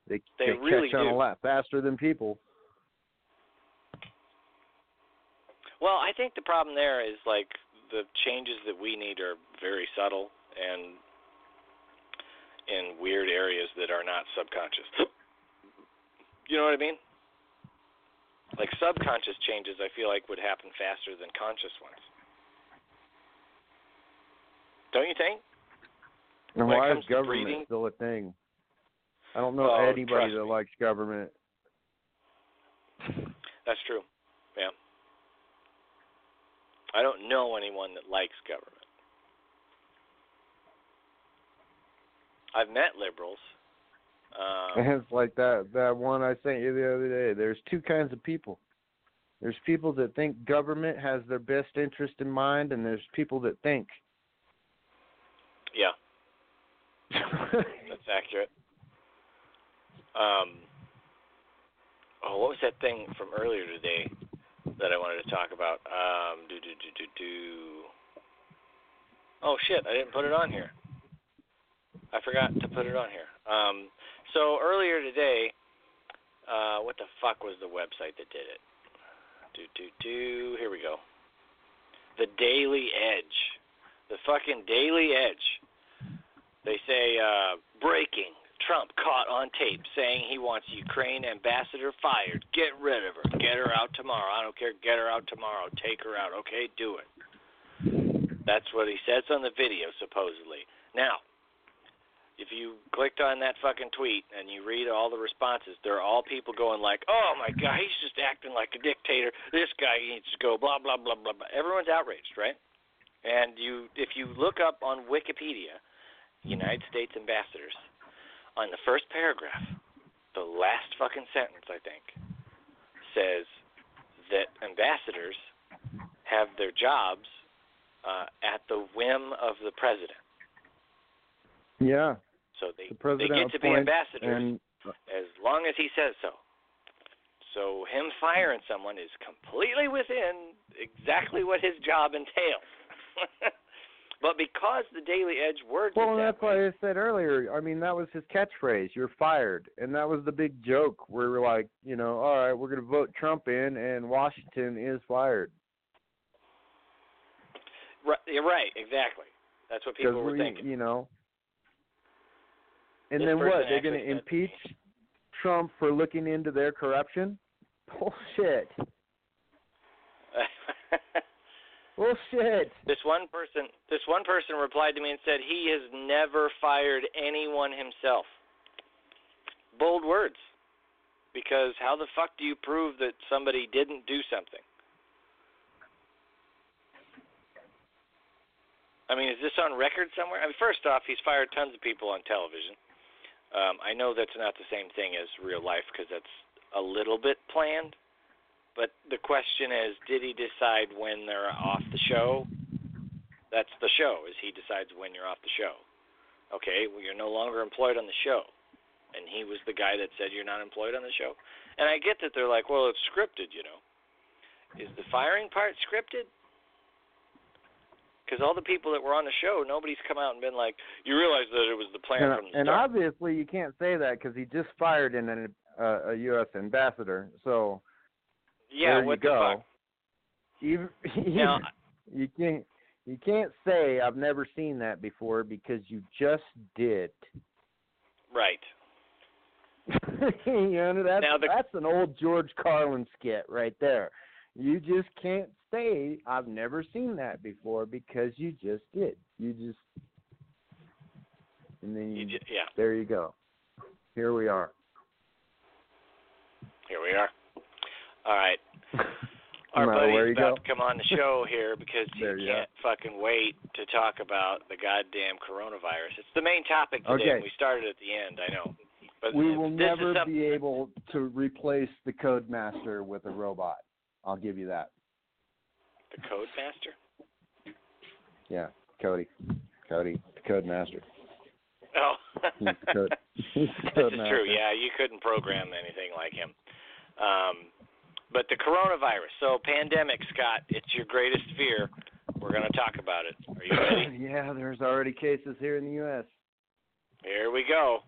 [SPEAKER 4] they
[SPEAKER 3] they really
[SPEAKER 4] catch on
[SPEAKER 3] do.
[SPEAKER 4] a lot faster than people.
[SPEAKER 3] Well, I think the problem there is like the changes that we need are very subtle and in weird areas that are not subconscious. *clears throat* you know what I mean? Like subconscious changes, I feel like would happen faster than conscious ones. Don't you think?
[SPEAKER 4] And
[SPEAKER 3] When it
[SPEAKER 4] why
[SPEAKER 3] comes
[SPEAKER 4] is
[SPEAKER 3] to
[SPEAKER 4] government
[SPEAKER 3] breeding-
[SPEAKER 4] still a thing? I don't know
[SPEAKER 3] Oh,
[SPEAKER 4] anybody
[SPEAKER 3] trust
[SPEAKER 4] that
[SPEAKER 3] me.
[SPEAKER 4] likes government.
[SPEAKER 3] That's true. Yeah. I don't know anyone that likes government. I've met liberals.
[SPEAKER 4] *laughs*
[SPEAKER 3] Um,
[SPEAKER 4] it's like that that one I sent you the other day. There's two kinds of people. There's people that think government has their best interest in mind, and there's people that think. *laughs*
[SPEAKER 3] yeah, that's accurate. Um, oh, what was that thing from earlier today that I wanted to talk about? Um, do do do do do. Oh shit! I didn't put it on here. I forgot to put it on here. Um, so earlier today, uh, what the fuck was the website that did it? Do do do. Here we go. The Daily Edge. The fucking Daily Edge. They say uh, breaking. Trump caught on tape saying he wants Ukraine ambassador fired. Get rid of her. Get her out tomorrow. I don't care. Get her out tomorrow. Take her out. Okay, do it. That's what he says on the video, supposedly. Now, if you clicked on that fucking tweet and you read all the responses, they're all people going like, "Oh my god, he's just acting like a dictator. This guy needs to go." Blah blah blah blah blah. Everyone's outraged, right? And you, if you look up on Wikipedia, United States ambassadors, on the first paragraph, the last fucking sentence I think says that ambassadors have their jobs uh, at the whim of the president.
[SPEAKER 4] Yeah,
[SPEAKER 3] So they
[SPEAKER 4] the president
[SPEAKER 3] they get to be
[SPEAKER 4] appoints
[SPEAKER 3] ambassadors
[SPEAKER 4] and
[SPEAKER 3] as long as he says so. So him firing someone is completely within exactly what his job entails. *laughs* but because the Daily Edge words
[SPEAKER 4] Well,
[SPEAKER 3] it
[SPEAKER 4] and
[SPEAKER 3] that
[SPEAKER 4] that's what
[SPEAKER 3] way,
[SPEAKER 4] I said earlier. I mean, that was his catchphrase. You're fired, and that was the big joke. Where we're like, you know, all right, we're going to vote Trump in, and Washington is fired.
[SPEAKER 3] right, you're right, exactly. That's what
[SPEAKER 4] 'Cause
[SPEAKER 3] people were
[SPEAKER 4] we-
[SPEAKER 3] thinking. *laughs*
[SPEAKER 4] you know. And
[SPEAKER 3] This
[SPEAKER 4] then what?
[SPEAKER 3] person
[SPEAKER 4] They're going
[SPEAKER 3] actually
[SPEAKER 4] to
[SPEAKER 3] said to me-
[SPEAKER 4] impeach Trump for looking into their corruption? Bullshit! Bullshit!
[SPEAKER 3] this one person, this one person replied to me and said he has never fired anyone himself. Bold words. Because how the fuck do you prove that somebody didn't do something? I mean, is this on record somewhere? I mean, first off, he's fired tons of people on television. Um, I know that's not the same thing as real life because that's a little bit planned. But the question is, did he decide when they're off the show? That's the show. Is he decides when you're off the show? Okay, well you're no longer employed on the show, and he was the guy that said you're not employed on the show. And I get that they're like, well, it's scripted, you know. Is the firing part scripted? Because all the people that were on the show, nobody's come out and been like, you realize that it was the plan
[SPEAKER 4] And,
[SPEAKER 3] from the
[SPEAKER 4] and
[SPEAKER 3] start.
[SPEAKER 4] obviously, you can't say that because he just fired in an, uh, a U.S. ambassador. So
[SPEAKER 3] yeah,
[SPEAKER 4] there
[SPEAKER 3] what
[SPEAKER 4] you
[SPEAKER 3] the
[SPEAKER 4] go.
[SPEAKER 3] fuck?
[SPEAKER 4] Even, *laughs*
[SPEAKER 3] Now,
[SPEAKER 4] you can't you can't say I've never seen that before because you just did. *laughs*
[SPEAKER 3] right.
[SPEAKER 4] you know, that's
[SPEAKER 3] Now the-
[SPEAKER 4] that's an old George Carlin skit right there. You just can't say I've never seen that before because you just did. You just and then
[SPEAKER 3] You
[SPEAKER 4] you,
[SPEAKER 3] ju- yeah,
[SPEAKER 4] there you go. Here we are.
[SPEAKER 3] here we are.
[SPEAKER 4] *laughs*
[SPEAKER 3] All right.
[SPEAKER 4] No
[SPEAKER 3] Our
[SPEAKER 4] matter
[SPEAKER 3] buddy's
[SPEAKER 4] where you go.
[SPEAKER 3] about to come on the
[SPEAKER 4] *laughs*
[SPEAKER 3] show here because he
[SPEAKER 4] There you
[SPEAKER 3] can't fucking wait to talk about the goddamn coronavirus. It's the main topic today.
[SPEAKER 4] Okay.
[SPEAKER 3] and We started at the end, I know. But
[SPEAKER 4] we
[SPEAKER 3] if
[SPEAKER 4] will
[SPEAKER 3] this
[SPEAKER 4] never
[SPEAKER 3] is some-
[SPEAKER 4] be able to replace the Codemaster with a robot. I'll give you that.
[SPEAKER 3] the code master.
[SPEAKER 4] Yeah, Cody. Cody, the code master.
[SPEAKER 3] Oh,
[SPEAKER 4] He's the
[SPEAKER 3] *laughs*
[SPEAKER 4] code. He's the
[SPEAKER 3] this
[SPEAKER 4] code
[SPEAKER 3] is
[SPEAKER 4] master.
[SPEAKER 3] true. Yeah, you couldn't program anything like him. Um, but the coronavirus. So pandemic, Scott. It's your greatest fear. We're gonna talk about it. Are you ready?
[SPEAKER 4] *clears throat* yeah, there's already cases here in the U.S.
[SPEAKER 3] Here we go.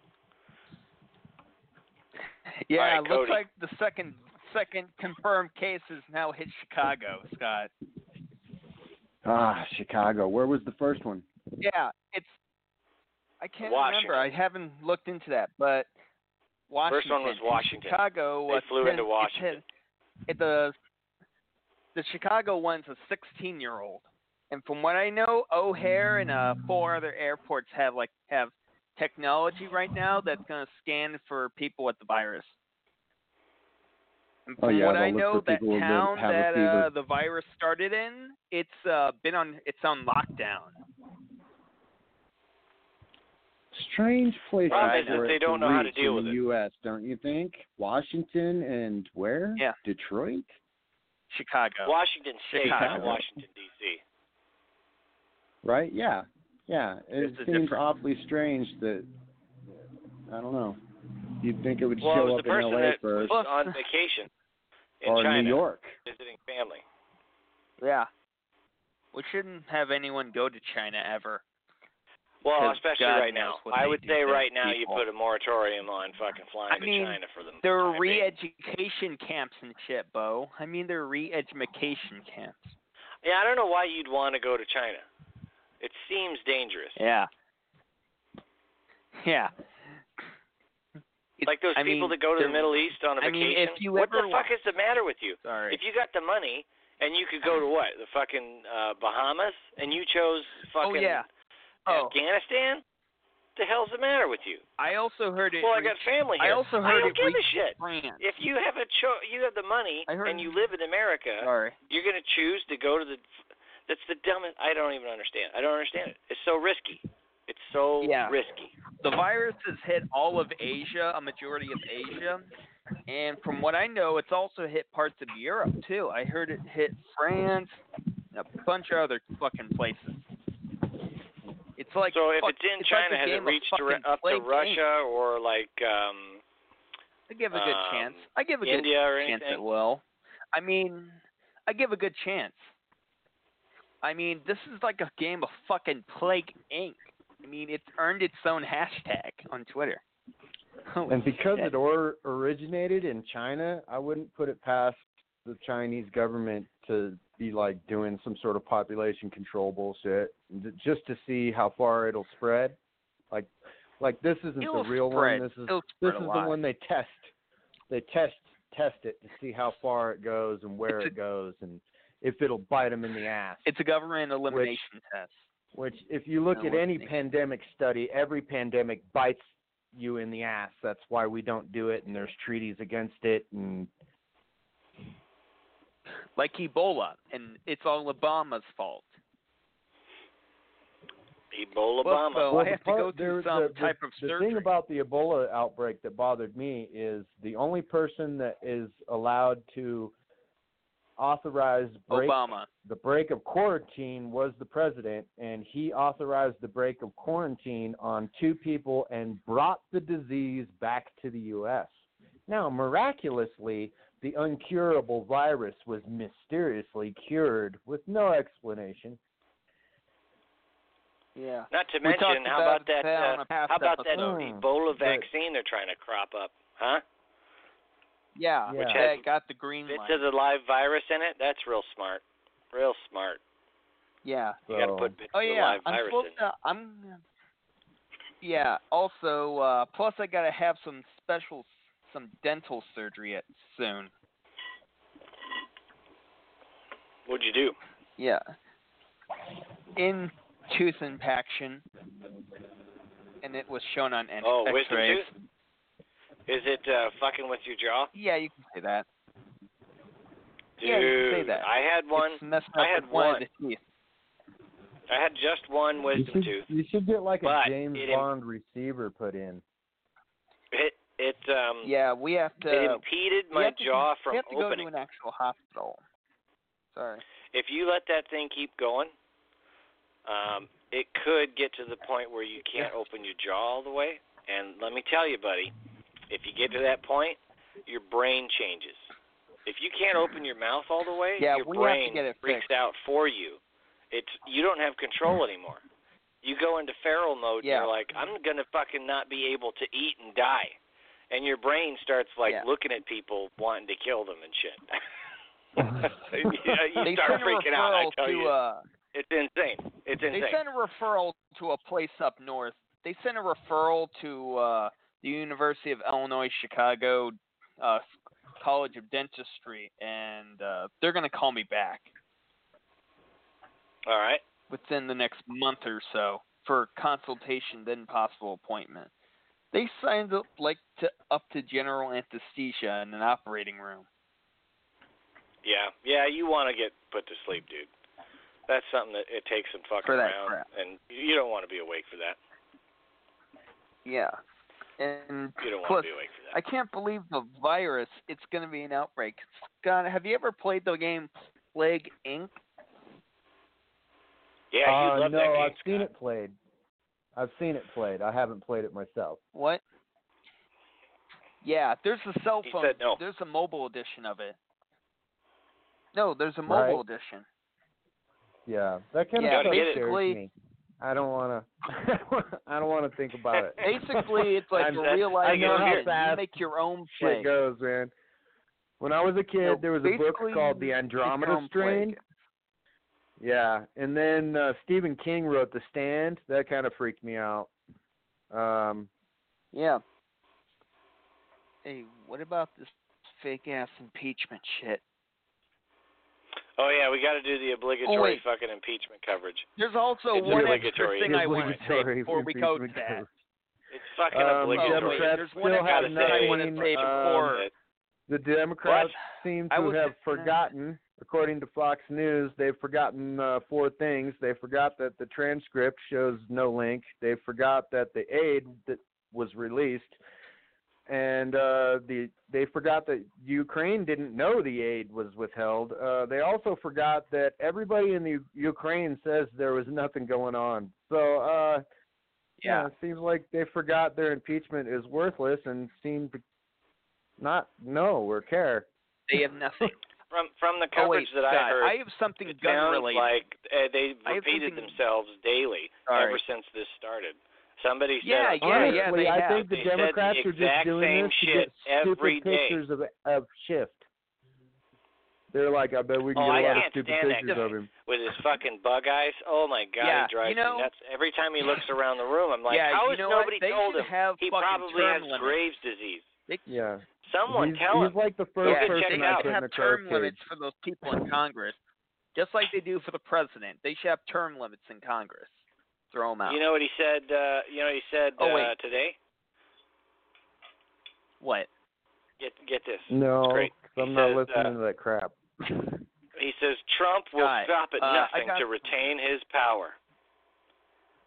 [SPEAKER 5] Yeah,
[SPEAKER 3] All right,
[SPEAKER 5] it looks
[SPEAKER 3] Cody.
[SPEAKER 5] like the second second confirmed case has now hit Chicago, Scott.
[SPEAKER 4] Ah, Chicago. Where was the first one?
[SPEAKER 5] Yeah, it's I can't
[SPEAKER 3] Washington.
[SPEAKER 5] remember. I haven't looked into that, but
[SPEAKER 3] First
[SPEAKER 5] Washington.
[SPEAKER 3] one was Washington.
[SPEAKER 5] Chicago.
[SPEAKER 3] They
[SPEAKER 5] was
[SPEAKER 3] flew
[SPEAKER 5] 10
[SPEAKER 3] into Washington.
[SPEAKER 5] It, it, the the Chicago one's a 16 year old, and from what I know, O'Hare and uh, four other airports have like have technology right now that's going to scan for people with the virus. And
[SPEAKER 4] Oh,
[SPEAKER 5] from
[SPEAKER 4] yeah,
[SPEAKER 5] what
[SPEAKER 4] they'll
[SPEAKER 5] I
[SPEAKER 4] look
[SPEAKER 5] know,
[SPEAKER 4] for
[SPEAKER 5] that
[SPEAKER 4] people who live-
[SPEAKER 5] town
[SPEAKER 4] have a
[SPEAKER 5] that
[SPEAKER 4] fever.
[SPEAKER 5] uh, the virus started in, it's uh, been on it's on lockdown.
[SPEAKER 4] Strange place
[SPEAKER 3] Problem
[SPEAKER 5] is that
[SPEAKER 4] for it
[SPEAKER 3] they don't know how to
[SPEAKER 4] reach
[SPEAKER 3] deal
[SPEAKER 4] in
[SPEAKER 3] with
[SPEAKER 4] the
[SPEAKER 3] it.
[SPEAKER 4] U.S., don't you think? Washington and where?
[SPEAKER 5] Yeah.
[SPEAKER 4] Detroit.
[SPEAKER 5] Chicago.
[SPEAKER 3] Washington State, not
[SPEAKER 5] Chicago.
[SPEAKER 3] Washington D.C.
[SPEAKER 4] Right? Yeah. Yeah. It
[SPEAKER 5] It's a
[SPEAKER 4] seems
[SPEAKER 5] different-
[SPEAKER 4] awfully strange that I don't know. You'd think it would
[SPEAKER 3] Well, it
[SPEAKER 4] show
[SPEAKER 3] was
[SPEAKER 4] up
[SPEAKER 3] the
[SPEAKER 4] in
[SPEAKER 3] person
[SPEAKER 4] L.A.
[SPEAKER 3] that
[SPEAKER 4] first,
[SPEAKER 3] was on vacation in
[SPEAKER 4] or
[SPEAKER 3] China
[SPEAKER 4] New York.
[SPEAKER 3] visiting family.
[SPEAKER 5] Yeah. We shouldn't have anyone go to China ever.
[SPEAKER 3] Well,
[SPEAKER 5] 'Cause
[SPEAKER 3] especially
[SPEAKER 5] God
[SPEAKER 3] right now.
[SPEAKER 5] knows what
[SPEAKER 3] I
[SPEAKER 5] they
[SPEAKER 3] would
[SPEAKER 5] do
[SPEAKER 3] say
[SPEAKER 5] to
[SPEAKER 3] right now
[SPEAKER 5] people.
[SPEAKER 3] you put a moratorium on fucking flying
[SPEAKER 5] I
[SPEAKER 3] to
[SPEAKER 5] mean,
[SPEAKER 3] China for them.
[SPEAKER 5] There are re-education camps and shit, Bo. I mean, there are re-education camps.
[SPEAKER 3] Yeah, I don't know why you'd want to go to China. It seems dangerous.
[SPEAKER 5] Yeah. Yeah. It's-
[SPEAKER 3] Like those
[SPEAKER 5] I
[SPEAKER 3] people
[SPEAKER 5] mean,
[SPEAKER 3] that go to the
[SPEAKER 5] they're-
[SPEAKER 3] Middle East on a
[SPEAKER 5] I mean,
[SPEAKER 3] vacation.
[SPEAKER 5] if you
[SPEAKER 3] what
[SPEAKER 5] ever
[SPEAKER 3] the fuck
[SPEAKER 5] wa-
[SPEAKER 3] is the matter with you?
[SPEAKER 5] Sorry.
[SPEAKER 3] If you got the money and you could go to what? The fucking uh Bahamas and you chose
[SPEAKER 5] oh
[SPEAKER 3] fucking
[SPEAKER 5] yeah. Oh,
[SPEAKER 3] Afghanistan? The hell's the matter with you?
[SPEAKER 5] I also heard it.
[SPEAKER 3] Well, I
[SPEAKER 5] reached
[SPEAKER 3] got family
[SPEAKER 5] I
[SPEAKER 3] here.
[SPEAKER 5] also
[SPEAKER 3] I
[SPEAKER 5] heard
[SPEAKER 3] don't
[SPEAKER 5] it
[SPEAKER 3] give a
[SPEAKER 5] reached
[SPEAKER 3] shit.
[SPEAKER 5] France.
[SPEAKER 3] If you have a cho- you have the money
[SPEAKER 5] I heard-
[SPEAKER 3] and you live in America,
[SPEAKER 5] Sorry.
[SPEAKER 3] you're going to choose to go to the that's the dumbest I don't even understand. I don't understand it. It's so risky. It's so
[SPEAKER 5] Yeah.
[SPEAKER 3] risky.
[SPEAKER 5] the virus has hit all of Asia, a majority of Asia, and from what I know, it's also hit parts of Europe too. I heard it hit France, and a bunch of other fucking places. It's like
[SPEAKER 3] so if
[SPEAKER 5] fuck-
[SPEAKER 3] it's in
[SPEAKER 5] it's like
[SPEAKER 3] China
[SPEAKER 5] a
[SPEAKER 3] has
[SPEAKER 5] game
[SPEAKER 3] it
[SPEAKER 5] of
[SPEAKER 3] reached
[SPEAKER 5] fucking
[SPEAKER 3] up to
[SPEAKER 5] plague Inc.
[SPEAKER 3] Russia or like um
[SPEAKER 5] I give a good
[SPEAKER 3] um,
[SPEAKER 5] chance. I give a
[SPEAKER 3] India or
[SPEAKER 5] good chance it
[SPEAKER 3] anything?
[SPEAKER 5] will. I mean, I give a good chance. I mean, this is like a game of fucking Plague Inc. I mean, it's earned its own hashtag on Twitter. *laughs* Holy
[SPEAKER 4] And because
[SPEAKER 5] *laughs* shit.
[SPEAKER 4] it or, originated in China, I wouldn't put it past the Chinese government to be like doing some sort of population control bullshit th- just to see how far it'll spread. Like, like this isn't
[SPEAKER 5] It'll
[SPEAKER 4] the real
[SPEAKER 5] spread.
[SPEAKER 4] one. This is
[SPEAKER 5] It'll
[SPEAKER 4] this
[SPEAKER 5] spread
[SPEAKER 4] is
[SPEAKER 5] a
[SPEAKER 4] the
[SPEAKER 5] lot.
[SPEAKER 4] one they test. They test test it to see how far it goes and where
[SPEAKER 5] It's
[SPEAKER 4] it goes and if it'll bite them in the ass.
[SPEAKER 5] It's a government elimination test.
[SPEAKER 4] Which, if you look
[SPEAKER 5] No,
[SPEAKER 4] at
[SPEAKER 5] what
[SPEAKER 4] any
[SPEAKER 5] they-
[SPEAKER 4] pandemic study, every pandemic bites you in the ass. That's why we don't do it, and there's treaties against it. And
[SPEAKER 5] Like Ebola, and it's all Obama's fault.
[SPEAKER 3] Ebola
[SPEAKER 5] Well,
[SPEAKER 3] Obama.
[SPEAKER 5] so
[SPEAKER 4] Well,
[SPEAKER 5] I
[SPEAKER 4] the
[SPEAKER 5] have to
[SPEAKER 4] part-
[SPEAKER 5] go
[SPEAKER 4] there-
[SPEAKER 5] through some
[SPEAKER 4] the- the-
[SPEAKER 5] type of
[SPEAKER 4] the
[SPEAKER 5] surgery.
[SPEAKER 4] thing about the Ebola outbreak that bothered me is the only person that is allowed to authorize
[SPEAKER 5] Oh,
[SPEAKER 4] break,
[SPEAKER 5] Obama.
[SPEAKER 4] the break of quarantine was the president, and he authorized the break of quarantine on two people and brought the disease back to the U.S. Now, miraculously, the uncurable virus was mysteriously cured with no explanation.
[SPEAKER 5] Yeah.
[SPEAKER 3] Not to
[SPEAKER 5] We
[SPEAKER 3] mention
[SPEAKER 5] talked
[SPEAKER 3] how
[SPEAKER 5] about
[SPEAKER 3] about that
[SPEAKER 5] that on
[SPEAKER 3] uh,
[SPEAKER 5] a past
[SPEAKER 3] how about that
[SPEAKER 5] episode.
[SPEAKER 4] Hmm. But-
[SPEAKER 3] Ebola vaccine they're trying to crop up, huh?
[SPEAKER 5] Yeah.
[SPEAKER 4] Which
[SPEAKER 5] that
[SPEAKER 3] has
[SPEAKER 5] got the green
[SPEAKER 3] Bits
[SPEAKER 5] light.
[SPEAKER 3] of the live virus in it. That's real smart. Real smart.
[SPEAKER 5] Yeah.
[SPEAKER 3] You got to
[SPEAKER 4] So-
[SPEAKER 3] put bits
[SPEAKER 5] Oh
[SPEAKER 3] of the
[SPEAKER 5] yeah.
[SPEAKER 3] live
[SPEAKER 5] I'm
[SPEAKER 3] virus
[SPEAKER 5] supposed
[SPEAKER 3] in.
[SPEAKER 5] to. I'm. Yeah. Also, uh, plus I gotta have some special, some dental surgery at, soon.
[SPEAKER 3] What'd you do?
[SPEAKER 5] Yeah. In tooth impaction. And it was shown on X-
[SPEAKER 3] Oh,
[SPEAKER 5] X-rays.
[SPEAKER 3] wisdom tooth. Is it uh, fucking with your jaw?
[SPEAKER 5] Yeah, you can say that.
[SPEAKER 3] Dude,
[SPEAKER 5] Yeah, you can say that.
[SPEAKER 3] I had one.
[SPEAKER 5] It's messing
[SPEAKER 3] I
[SPEAKER 5] up
[SPEAKER 3] had
[SPEAKER 5] with one,
[SPEAKER 3] one.
[SPEAKER 5] of the teeth.
[SPEAKER 3] I had just one
[SPEAKER 4] You
[SPEAKER 3] wisdom
[SPEAKER 4] should,
[SPEAKER 3] tooth.
[SPEAKER 4] you should get like a
[SPEAKER 3] But
[SPEAKER 4] James
[SPEAKER 3] it im-
[SPEAKER 4] Bond receiver put in.
[SPEAKER 3] It it um
[SPEAKER 5] Yeah, we have to.
[SPEAKER 3] it impeded
[SPEAKER 5] we
[SPEAKER 3] my
[SPEAKER 5] have to,
[SPEAKER 3] jaw from
[SPEAKER 5] we have to go
[SPEAKER 3] opening.
[SPEAKER 5] to an actual hospital. Sorry.
[SPEAKER 3] if you let that thing keep going, um, it could get to the point where you can't open your jaw all the way. And let me tell you, buddy, if you get to that point, your brain changes. If you can't open your mouth all the way,
[SPEAKER 5] Yeah,
[SPEAKER 3] your
[SPEAKER 5] we have to
[SPEAKER 3] brain
[SPEAKER 5] get it
[SPEAKER 3] freaks
[SPEAKER 5] fixed.
[SPEAKER 3] out for you. It's you don't have control anymore. You go into feral mode.
[SPEAKER 5] Yeah.
[SPEAKER 3] And you're like, I'm gonna fucking not be able to eat and die, and your brain starts like
[SPEAKER 5] Yeah.
[SPEAKER 3] looking at people wanting to kill them and shit. *laughs* yeah, *laughs* you
[SPEAKER 5] they
[SPEAKER 3] start
[SPEAKER 5] send a
[SPEAKER 3] freaking out. I
[SPEAKER 5] referral
[SPEAKER 3] tell
[SPEAKER 5] to
[SPEAKER 3] you,
[SPEAKER 5] uh,
[SPEAKER 3] it's insane. It's
[SPEAKER 5] they
[SPEAKER 3] insane.
[SPEAKER 5] sent a referral to a place up north. They sent a referral to uh, the University of Illinois Chicago uh, College of Dentistry, and uh, they're gonna call me back
[SPEAKER 3] All right.
[SPEAKER 5] within the next month or so for consultation, then possible appointment. They signed up like to up to general anesthesia in an operating room.
[SPEAKER 3] Yeah, yeah, you want to get put to sleep, dude. That's something that it takes some fucking
[SPEAKER 5] For that
[SPEAKER 3] around,
[SPEAKER 5] crap.
[SPEAKER 3] and you don't want to be awake for that.
[SPEAKER 5] Yeah. And
[SPEAKER 3] You don't want
[SPEAKER 5] plus,
[SPEAKER 3] to be awake for that.
[SPEAKER 5] I can't believe the virus. It's going to be an outbreak. God, have you ever played the game Plague Inc?
[SPEAKER 3] yeah, you
[SPEAKER 4] uh,
[SPEAKER 3] love
[SPEAKER 4] no,
[SPEAKER 3] that game.
[SPEAKER 4] I've seen
[SPEAKER 3] Scott.
[SPEAKER 4] it played. I've seen it played. I haven't played it myself.
[SPEAKER 5] What? Yeah, there's a cell
[SPEAKER 3] He
[SPEAKER 5] phone.
[SPEAKER 3] said no.
[SPEAKER 5] There's a mobile edition of it. No, there's a
[SPEAKER 4] Right.
[SPEAKER 5] mobile edition.
[SPEAKER 4] Yeah, that kind
[SPEAKER 5] Yeah,
[SPEAKER 4] of stuff
[SPEAKER 5] basically-
[SPEAKER 4] scares me. I don't want to. *laughs* I don't want to think about it.
[SPEAKER 5] Basically, *laughs*
[SPEAKER 4] *laughs*
[SPEAKER 5] it's like
[SPEAKER 4] I'm-
[SPEAKER 5] a real life
[SPEAKER 4] I know how
[SPEAKER 5] version. You
[SPEAKER 4] fast
[SPEAKER 5] make your own
[SPEAKER 4] shit
[SPEAKER 5] plague.
[SPEAKER 4] goes, man. When I was a kid,
[SPEAKER 5] No,
[SPEAKER 4] there was a book
[SPEAKER 5] basically,
[SPEAKER 4] called The
[SPEAKER 5] you
[SPEAKER 4] Andromeda
[SPEAKER 5] become
[SPEAKER 4] Strain.
[SPEAKER 5] plague.
[SPEAKER 4] Yeah, and then uh, Stephen King wrote The Stand. That kind of freaked me out. Um,
[SPEAKER 5] Yeah. Hey, what about this fake ass impeachment shit?
[SPEAKER 3] Oh yeah, we got to do the obligatory
[SPEAKER 5] wait.
[SPEAKER 3] fucking impeachment coverage.
[SPEAKER 5] There's also
[SPEAKER 3] It's
[SPEAKER 5] one extra
[SPEAKER 3] obligatory.
[SPEAKER 5] thing
[SPEAKER 4] The
[SPEAKER 5] I want to say
[SPEAKER 4] obligatory
[SPEAKER 5] before
[SPEAKER 4] *laughs*
[SPEAKER 5] we go to
[SPEAKER 4] impeachment
[SPEAKER 5] that.
[SPEAKER 4] cover.
[SPEAKER 3] It's fucking
[SPEAKER 4] Um,
[SPEAKER 3] obligatory.
[SPEAKER 4] Democrats
[SPEAKER 5] There's one
[SPEAKER 4] still
[SPEAKER 5] I gotta
[SPEAKER 4] have
[SPEAKER 5] say I
[SPEAKER 4] not
[SPEAKER 5] wanna
[SPEAKER 4] seen,
[SPEAKER 5] say before.
[SPEAKER 4] um, the Democrats seem
[SPEAKER 5] I
[SPEAKER 4] to
[SPEAKER 5] was-
[SPEAKER 4] have forgotten, according to Fox News, they've forgotten uh, four things. They forgot that the transcript shows no link. They forgot that the aid that was released, and uh, the they forgot that Ukraine didn't know the aid was withheld. Uh, they also forgot that everybody in the U- Ukraine says there was nothing going on. So. Uh, yeah. it seems like they forgot their impeachment is worthless and seem to not know or care.
[SPEAKER 3] *laughs*
[SPEAKER 5] they have nothing.
[SPEAKER 3] from from the
[SPEAKER 5] oh,
[SPEAKER 3] coverage
[SPEAKER 5] wait,
[SPEAKER 3] that I
[SPEAKER 5] Scott,
[SPEAKER 3] heard,
[SPEAKER 5] I have something
[SPEAKER 3] it
[SPEAKER 5] gun
[SPEAKER 3] sounds
[SPEAKER 5] related.
[SPEAKER 3] like uh, they
[SPEAKER 5] I have
[SPEAKER 3] repeated
[SPEAKER 5] something-
[SPEAKER 3] themselves daily
[SPEAKER 5] Sorry.
[SPEAKER 3] ever since this started. Somebody
[SPEAKER 5] Yeah,
[SPEAKER 3] said,
[SPEAKER 5] yeah,
[SPEAKER 4] Honestly,
[SPEAKER 5] yeah. they
[SPEAKER 4] I
[SPEAKER 5] have.
[SPEAKER 4] think the
[SPEAKER 3] They said the
[SPEAKER 4] Democrats are
[SPEAKER 3] exact
[SPEAKER 4] just doing
[SPEAKER 3] same
[SPEAKER 4] this
[SPEAKER 3] shit
[SPEAKER 4] to get stupid
[SPEAKER 3] every day.
[SPEAKER 4] pictures of of shift. They're like, I bet we can
[SPEAKER 3] Oh,
[SPEAKER 4] get
[SPEAKER 3] I
[SPEAKER 4] a lot of
[SPEAKER 3] can't
[SPEAKER 4] stupid
[SPEAKER 3] stand that
[SPEAKER 4] pictures
[SPEAKER 3] guy.
[SPEAKER 4] of him.
[SPEAKER 3] with his fucking bug eyes. Oh my god,
[SPEAKER 5] Yeah,
[SPEAKER 3] he drives
[SPEAKER 5] you know-
[SPEAKER 3] me nuts. Every time
[SPEAKER 5] *laughs*
[SPEAKER 3] he looks around the room, I'm like,
[SPEAKER 5] yeah,
[SPEAKER 3] how
[SPEAKER 5] you
[SPEAKER 3] has
[SPEAKER 5] know
[SPEAKER 3] nobody
[SPEAKER 5] what? They
[SPEAKER 3] told
[SPEAKER 5] should
[SPEAKER 3] him?
[SPEAKER 5] have
[SPEAKER 3] He
[SPEAKER 5] fucking
[SPEAKER 3] probably
[SPEAKER 5] term
[SPEAKER 3] has
[SPEAKER 5] limits.
[SPEAKER 3] Graves' disease.
[SPEAKER 5] They,
[SPEAKER 4] Yeah.
[SPEAKER 3] Someone
[SPEAKER 4] he's,
[SPEAKER 3] tell
[SPEAKER 4] he's
[SPEAKER 3] him.
[SPEAKER 4] like the first
[SPEAKER 5] yeah,
[SPEAKER 3] get
[SPEAKER 4] person
[SPEAKER 3] checked
[SPEAKER 4] I put
[SPEAKER 3] out.
[SPEAKER 5] they should
[SPEAKER 4] in
[SPEAKER 5] have
[SPEAKER 4] a
[SPEAKER 5] term
[SPEAKER 4] crowd
[SPEAKER 5] limits for those people in Congress, just like they do for the president. They should have term limits in Congress. Throw them out.
[SPEAKER 3] You know what he said? Uh, you know what he said
[SPEAKER 5] Oh, wait.
[SPEAKER 3] uh, today? *laughs*
[SPEAKER 5] what? *laughs*
[SPEAKER 3] Get get this.
[SPEAKER 5] Mm.
[SPEAKER 4] No,
[SPEAKER 3] Great.
[SPEAKER 4] 'cause I'm
[SPEAKER 3] He
[SPEAKER 4] not
[SPEAKER 3] says,
[SPEAKER 4] listening
[SPEAKER 3] uh,
[SPEAKER 4] to that crap.
[SPEAKER 3] He says Trump will
[SPEAKER 5] Guy,
[SPEAKER 3] stop at
[SPEAKER 5] uh, I
[SPEAKER 3] nothing
[SPEAKER 5] got-
[SPEAKER 3] to retain his power.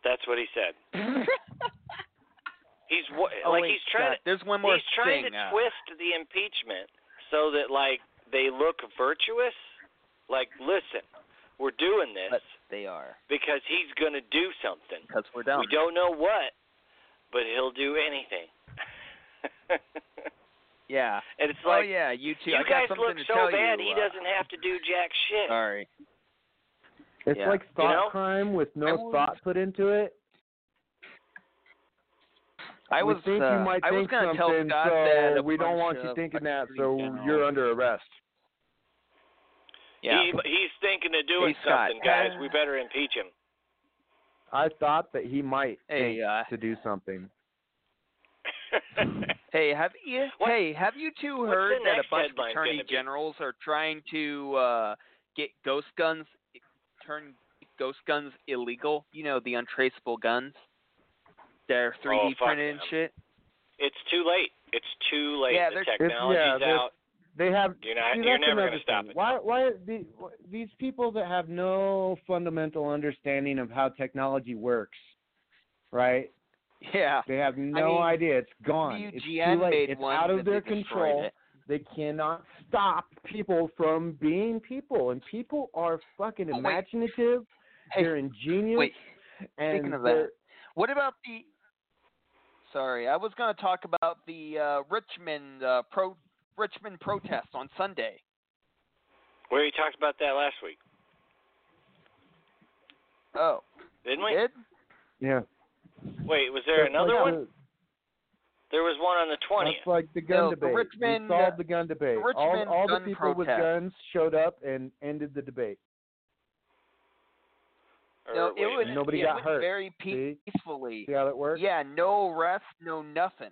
[SPEAKER 3] That's what he said. He's wa-
[SPEAKER 5] oh,
[SPEAKER 3] like
[SPEAKER 5] wait,
[SPEAKER 3] he's trying
[SPEAKER 5] Scott, there's one more
[SPEAKER 3] he's trying
[SPEAKER 5] thing.
[SPEAKER 3] to
[SPEAKER 5] uh,
[SPEAKER 3] twist the impeachment so that like they look virtuous. Like listen, we're doing this
[SPEAKER 5] but they are
[SPEAKER 3] because he's going to do something.
[SPEAKER 5] because we're dumb.
[SPEAKER 3] We don't know what, but he'll do anything. *laughs*
[SPEAKER 5] yeah.
[SPEAKER 3] and it's like
[SPEAKER 5] oh yeah, you
[SPEAKER 3] you
[SPEAKER 5] too. I
[SPEAKER 3] guys
[SPEAKER 5] got something
[SPEAKER 3] look
[SPEAKER 5] to
[SPEAKER 3] so
[SPEAKER 5] tell
[SPEAKER 3] bad
[SPEAKER 5] you,
[SPEAKER 3] he
[SPEAKER 5] uh,
[SPEAKER 3] doesn't have to do jack shit.
[SPEAKER 5] Sorry.
[SPEAKER 4] It's
[SPEAKER 5] Yeah.
[SPEAKER 4] like
[SPEAKER 5] You
[SPEAKER 4] thought
[SPEAKER 3] know?
[SPEAKER 4] crime with
[SPEAKER 5] I
[SPEAKER 4] no
[SPEAKER 5] was-
[SPEAKER 4] thought put into it.
[SPEAKER 5] I
[SPEAKER 4] We
[SPEAKER 5] was
[SPEAKER 4] think
[SPEAKER 5] uh,
[SPEAKER 4] you might
[SPEAKER 5] I was
[SPEAKER 4] think
[SPEAKER 5] gonna
[SPEAKER 4] something,
[SPEAKER 5] tell Scott
[SPEAKER 4] so
[SPEAKER 5] that a
[SPEAKER 4] we don't
[SPEAKER 5] bunch
[SPEAKER 4] want you
[SPEAKER 5] of
[SPEAKER 4] thinking that,
[SPEAKER 5] attorney
[SPEAKER 4] so
[SPEAKER 5] generals-
[SPEAKER 4] you're under arrest.
[SPEAKER 5] yeah.
[SPEAKER 3] He, he's thinking of doing
[SPEAKER 5] Hey, Scott.
[SPEAKER 3] something, guys.
[SPEAKER 5] Uh,
[SPEAKER 3] We better impeach him. *laughs*
[SPEAKER 4] I thought that he might
[SPEAKER 5] Hey,
[SPEAKER 4] think
[SPEAKER 5] uh,
[SPEAKER 4] to do something.
[SPEAKER 5] Hey, have you
[SPEAKER 3] What-
[SPEAKER 5] hey, have you two
[SPEAKER 3] what's
[SPEAKER 5] heard
[SPEAKER 3] the
[SPEAKER 5] that a
[SPEAKER 3] next
[SPEAKER 5] bunch of
[SPEAKER 3] headline
[SPEAKER 5] attorney
[SPEAKER 3] gonna be?
[SPEAKER 5] generals are trying to uh get ghost guns turn ghost guns illegal? You know, the untraceable guns. They're 3D
[SPEAKER 3] Oh, fuck
[SPEAKER 5] printed and
[SPEAKER 3] them.
[SPEAKER 5] shit.
[SPEAKER 3] it's too late. It's too late.
[SPEAKER 5] Yeah,
[SPEAKER 3] the
[SPEAKER 5] they're-
[SPEAKER 4] It's- yeah,
[SPEAKER 3] technology's
[SPEAKER 4] they're-
[SPEAKER 3] out.
[SPEAKER 4] They have.
[SPEAKER 3] You're not.
[SPEAKER 4] see,
[SPEAKER 3] you're
[SPEAKER 4] that's
[SPEAKER 3] never
[SPEAKER 4] another
[SPEAKER 3] gonna stop
[SPEAKER 4] thing.
[SPEAKER 3] it.
[SPEAKER 4] Why? Why the, these people that have no fundamental understanding of how technology works, right?
[SPEAKER 5] Yeah.
[SPEAKER 4] They have no
[SPEAKER 5] mean,
[SPEAKER 4] idea. It's gone. It's
[SPEAKER 5] WGN
[SPEAKER 4] too late.
[SPEAKER 5] made
[SPEAKER 4] it's
[SPEAKER 5] one
[SPEAKER 4] out of
[SPEAKER 5] that
[SPEAKER 4] their
[SPEAKER 5] they destroyed
[SPEAKER 4] control.
[SPEAKER 5] it.
[SPEAKER 4] They cannot stop people from being people, and people are fucking
[SPEAKER 5] Oh, wait.
[SPEAKER 4] imaginative.
[SPEAKER 5] Hey,
[SPEAKER 4] they're ingenious.
[SPEAKER 5] Wait,
[SPEAKER 4] and
[SPEAKER 5] speaking of
[SPEAKER 4] they're-
[SPEAKER 5] that, what about the? Sorry, I was going to talk about the uh, Richmond uh, pro Richmond protest on Sunday.
[SPEAKER 3] We already talked about that last week,
[SPEAKER 5] Oh,
[SPEAKER 3] didn't we?
[SPEAKER 5] did?
[SPEAKER 4] yeah.
[SPEAKER 3] Wait, was there
[SPEAKER 4] That's
[SPEAKER 3] another
[SPEAKER 4] like
[SPEAKER 3] one?
[SPEAKER 4] the-
[SPEAKER 3] There was one on the twentieth.
[SPEAKER 4] That's like the gun
[SPEAKER 5] No, the
[SPEAKER 4] debate.
[SPEAKER 5] Richmond-
[SPEAKER 4] we solved the gun debate.
[SPEAKER 5] the
[SPEAKER 4] all
[SPEAKER 5] Richmond
[SPEAKER 4] all the
[SPEAKER 5] gun
[SPEAKER 4] people with
[SPEAKER 5] protest.
[SPEAKER 4] guns showed up and ended the debate.
[SPEAKER 5] No, it was
[SPEAKER 4] Nobody
[SPEAKER 5] it
[SPEAKER 4] got
[SPEAKER 5] went
[SPEAKER 4] hurt.
[SPEAKER 5] very
[SPEAKER 4] See?
[SPEAKER 5] peacefully.
[SPEAKER 4] See how that works?
[SPEAKER 5] Yeah, no arrest, no nothing.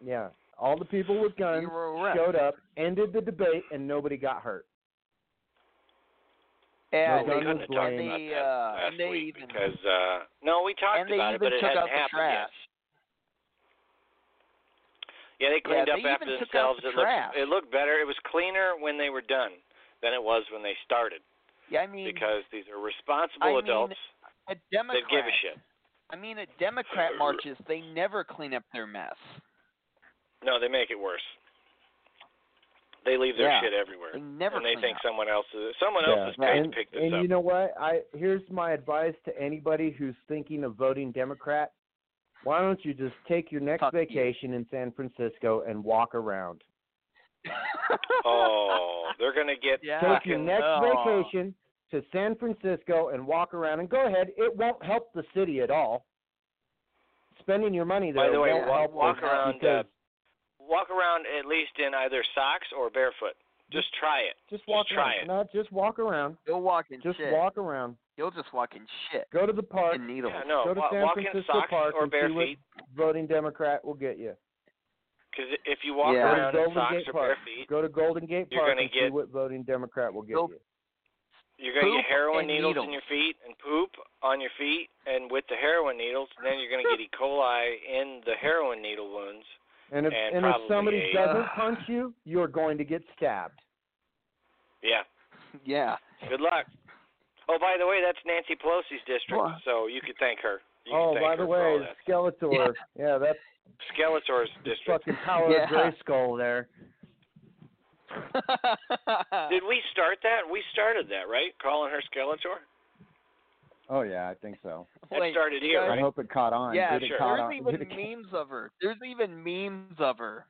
[SPEAKER 4] Yeah. All the people with guns
[SPEAKER 5] Zero arrest.
[SPEAKER 4] showed up, ended the debate, and nobody got hurt. No
[SPEAKER 5] Yeah, they,
[SPEAKER 4] gun was
[SPEAKER 5] and
[SPEAKER 3] couldn't have talked
[SPEAKER 4] blamed.
[SPEAKER 5] they,
[SPEAKER 3] about that
[SPEAKER 5] uh,
[SPEAKER 3] last
[SPEAKER 5] and they
[SPEAKER 3] week
[SPEAKER 5] even
[SPEAKER 3] because uh, no, we talked
[SPEAKER 5] and they
[SPEAKER 3] about it,
[SPEAKER 5] even
[SPEAKER 3] but it
[SPEAKER 5] took
[SPEAKER 3] hadn't
[SPEAKER 5] out the
[SPEAKER 3] happened
[SPEAKER 5] trash.
[SPEAKER 3] yet. Yeah, they cleaned
[SPEAKER 5] Yeah,
[SPEAKER 3] up
[SPEAKER 5] they
[SPEAKER 3] after
[SPEAKER 5] even took out
[SPEAKER 3] themselves.
[SPEAKER 5] the
[SPEAKER 3] it looked
[SPEAKER 5] trash.
[SPEAKER 3] it looked better. It was cleaner when they were done. than it was when they started
[SPEAKER 5] Yeah, I mean,
[SPEAKER 3] because these are
[SPEAKER 5] I
[SPEAKER 3] responsible
[SPEAKER 5] mean,
[SPEAKER 3] adults
[SPEAKER 5] a Democrat.
[SPEAKER 3] that give a shit.
[SPEAKER 5] I mean, at Democrat marches, they never clean up their mess.
[SPEAKER 3] No, they make it worse. They leave their
[SPEAKER 5] Yeah.
[SPEAKER 3] shit everywhere,
[SPEAKER 5] They never
[SPEAKER 3] and they
[SPEAKER 5] clean
[SPEAKER 3] think
[SPEAKER 5] up.
[SPEAKER 3] someone else is someone
[SPEAKER 4] Yeah.
[SPEAKER 3] else is paid
[SPEAKER 4] and,
[SPEAKER 3] to pick this
[SPEAKER 4] and
[SPEAKER 3] up.
[SPEAKER 4] you know what? I here's my advice to anybody who's thinking of voting Democrat. Why don't you just take your next
[SPEAKER 5] Fuck you.
[SPEAKER 4] vacation in San Francisco and walk around?
[SPEAKER 5] *laughs*
[SPEAKER 3] oh, they're gonna get
[SPEAKER 5] Yeah.
[SPEAKER 4] Take your
[SPEAKER 3] fucking
[SPEAKER 4] next
[SPEAKER 5] no.
[SPEAKER 4] vacation to San Francisco and walk around. And go ahead, it won't help the city at all. Spending your money there
[SPEAKER 3] By the way,
[SPEAKER 4] won't
[SPEAKER 3] wa-
[SPEAKER 4] help
[SPEAKER 3] walk
[SPEAKER 4] us
[SPEAKER 3] around,
[SPEAKER 4] because-
[SPEAKER 3] uh, walk around at least in either socks or barefoot. Just try it.
[SPEAKER 4] just walk
[SPEAKER 3] try
[SPEAKER 4] around.
[SPEAKER 3] it.
[SPEAKER 4] No, just walk around.
[SPEAKER 5] You'll walk in
[SPEAKER 4] Just
[SPEAKER 5] shit.
[SPEAKER 4] walk around.
[SPEAKER 5] You'll just walk in shit.
[SPEAKER 4] Go to the park.
[SPEAKER 5] And needles.
[SPEAKER 3] Yeah, no,
[SPEAKER 4] Go to
[SPEAKER 3] wa-
[SPEAKER 4] San
[SPEAKER 3] walk in
[SPEAKER 4] Francisco
[SPEAKER 3] socks
[SPEAKER 4] Park
[SPEAKER 3] or
[SPEAKER 4] and
[SPEAKER 3] bare
[SPEAKER 4] see what-
[SPEAKER 3] feet.
[SPEAKER 4] Voting Democrat will get you.
[SPEAKER 3] Because if you walk
[SPEAKER 5] Yeah.
[SPEAKER 4] Go
[SPEAKER 3] around
[SPEAKER 4] to
[SPEAKER 3] in
[SPEAKER 4] Golden
[SPEAKER 3] socks
[SPEAKER 4] Gate
[SPEAKER 3] or
[SPEAKER 4] Park.
[SPEAKER 3] bare feet,
[SPEAKER 4] Go to Golden Gate
[SPEAKER 3] You're
[SPEAKER 4] Park
[SPEAKER 3] gonna
[SPEAKER 4] and see
[SPEAKER 3] get-
[SPEAKER 4] what voting Democrat will get
[SPEAKER 5] Go-
[SPEAKER 4] you.
[SPEAKER 3] you're gonna
[SPEAKER 5] Poop
[SPEAKER 3] get heroin
[SPEAKER 5] and
[SPEAKER 3] needles, in
[SPEAKER 5] needles.
[SPEAKER 3] your feet and poop on your feet, and with the heroin needles, and then you're gonna get E. coli in the heroin needle wounds.
[SPEAKER 4] And if
[SPEAKER 3] and
[SPEAKER 4] and if
[SPEAKER 3] probably
[SPEAKER 4] somebody
[SPEAKER 3] a- uh,
[SPEAKER 4] doesn't punch you, you're going to get stabbed.
[SPEAKER 3] Yeah.
[SPEAKER 5] *laughs* Yeah.
[SPEAKER 3] Good luck. Oh, by the way, that's Nancy Pelosi's district,
[SPEAKER 5] What?
[SPEAKER 3] so you could thank her. You
[SPEAKER 4] oh,
[SPEAKER 3] can thank
[SPEAKER 4] by the
[SPEAKER 3] her for
[SPEAKER 4] way,
[SPEAKER 3] all that.
[SPEAKER 4] Skeletor. Yeah, that's
[SPEAKER 3] Skeletor's
[SPEAKER 4] the
[SPEAKER 3] district.
[SPEAKER 4] fucking power
[SPEAKER 5] Yeah.
[SPEAKER 4] of Grayskull there.
[SPEAKER 3] Did we start that? We started that, right? Calling her Skeletor.
[SPEAKER 4] Oh yeah, I think so.
[SPEAKER 3] That
[SPEAKER 5] *laughs* Wait,
[SPEAKER 3] started here,
[SPEAKER 5] guys-
[SPEAKER 4] I
[SPEAKER 3] right?
[SPEAKER 4] hope it caught on.
[SPEAKER 5] yeah,
[SPEAKER 4] Did it
[SPEAKER 3] sure.
[SPEAKER 4] caught
[SPEAKER 5] there's
[SPEAKER 4] on?
[SPEAKER 5] even
[SPEAKER 4] Did it-
[SPEAKER 5] memes of her. There's even memes of her.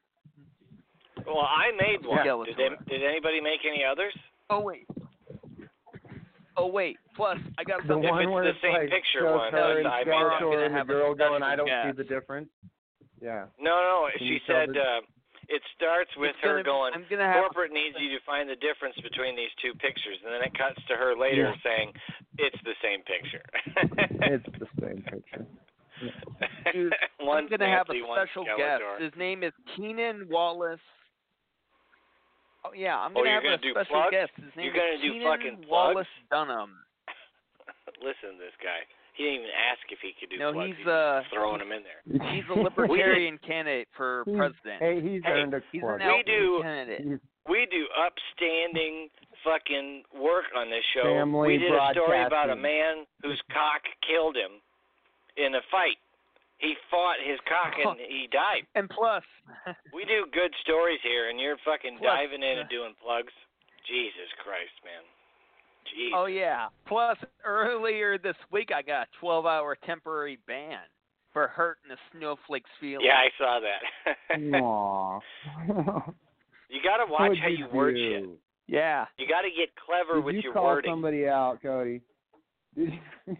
[SPEAKER 3] Well, I made one. Did,
[SPEAKER 5] Skeletor.
[SPEAKER 3] they, did anybody make any others?
[SPEAKER 5] Oh wait. Oh wait. Plus, I got
[SPEAKER 4] *laughs* the
[SPEAKER 5] something.
[SPEAKER 3] if
[SPEAKER 4] one
[SPEAKER 3] it's
[SPEAKER 4] where
[SPEAKER 3] the
[SPEAKER 4] it's
[SPEAKER 3] same
[SPEAKER 4] like
[SPEAKER 3] picture
[SPEAKER 4] shows
[SPEAKER 3] one,
[SPEAKER 4] her
[SPEAKER 5] uh,
[SPEAKER 4] and
[SPEAKER 5] I mean, I'm gonna
[SPEAKER 4] Skeletor and the
[SPEAKER 5] have a
[SPEAKER 4] girl going, "I
[SPEAKER 5] special
[SPEAKER 4] don't
[SPEAKER 5] guest."
[SPEAKER 4] see the difference."
[SPEAKER 3] *laughs*
[SPEAKER 4] Yeah.
[SPEAKER 3] No, no.
[SPEAKER 4] Can
[SPEAKER 3] She
[SPEAKER 4] you tell
[SPEAKER 3] said
[SPEAKER 4] the-
[SPEAKER 3] uh, it starts with
[SPEAKER 5] It's
[SPEAKER 3] her
[SPEAKER 5] gonna be-
[SPEAKER 3] going.
[SPEAKER 5] I'm gonna have.
[SPEAKER 3] Corporate needs you to find the difference between these two pictures, and then it cuts to her later
[SPEAKER 4] Yeah.
[SPEAKER 3] saying, "It's the same picture." *laughs*
[SPEAKER 4] It's the same picture.
[SPEAKER 5] Dude,
[SPEAKER 3] one's
[SPEAKER 5] I'm gonna have a
[SPEAKER 3] Nancy, one's
[SPEAKER 5] special guest.
[SPEAKER 3] Skeletor.
[SPEAKER 5] His name is Keenan Wallace. Oh yeah, I'm
[SPEAKER 3] Oh,
[SPEAKER 5] gonna
[SPEAKER 3] you're gonna
[SPEAKER 5] have a
[SPEAKER 3] do
[SPEAKER 5] special
[SPEAKER 3] plugs?
[SPEAKER 5] guest. His name
[SPEAKER 3] You're gonna
[SPEAKER 5] is
[SPEAKER 3] do
[SPEAKER 5] Keenan
[SPEAKER 3] fucking plugs?
[SPEAKER 5] Wallace Dunham.
[SPEAKER 3] Listen, to this guy. He didn't even ask if he could do
[SPEAKER 5] No,
[SPEAKER 3] plugs.
[SPEAKER 5] he's, uh,
[SPEAKER 3] just throwing him in there.
[SPEAKER 5] He's *laughs*
[SPEAKER 4] *laughs*
[SPEAKER 5] a libertarian candidate for
[SPEAKER 4] He's-
[SPEAKER 5] president.
[SPEAKER 4] Hey, he's
[SPEAKER 3] Hey,
[SPEAKER 4] earned a
[SPEAKER 5] He's
[SPEAKER 4] plug.
[SPEAKER 5] an
[SPEAKER 3] We out- do-
[SPEAKER 5] outgoing candidate.
[SPEAKER 4] He's
[SPEAKER 3] We do upstanding fucking work on this show.
[SPEAKER 4] Family
[SPEAKER 3] we did a story about a
[SPEAKER 4] broadcasting.
[SPEAKER 3] man whose cock killed him in a fight. He fought his cock
[SPEAKER 5] *laughs*
[SPEAKER 3] and he died.
[SPEAKER 5] And plus, *laughs*
[SPEAKER 3] We do good stories here, and you're fucking
[SPEAKER 5] Plus-
[SPEAKER 3] diving in and doing plugs. Jesus Christ, man. Jeez.
[SPEAKER 5] oh yeah, plus earlier this week I got a 12-hour temporary ban for hurting a snowflake's feelings.
[SPEAKER 3] Yeah, I saw
[SPEAKER 4] *laughs*
[SPEAKER 3] that.
[SPEAKER 4] Aw.
[SPEAKER 3] *laughs* you gotta watch
[SPEAKER 4] What'd
[SPEAKER 3] how you word shit.
[SPEAKER 4] do?
[SPEAKER 5] Yeah.
[SPEAKER 3] You gotta get clever
[SPEAKER 4] Did
[SPEAKER 3] with
[SPEAKER 4] you
[SPEAKER 3] your
[SPEAKER 4] call
[SPEAKER 3] wording.
[SPEAKER 4] somebody out, Cody? *laughs* Did you,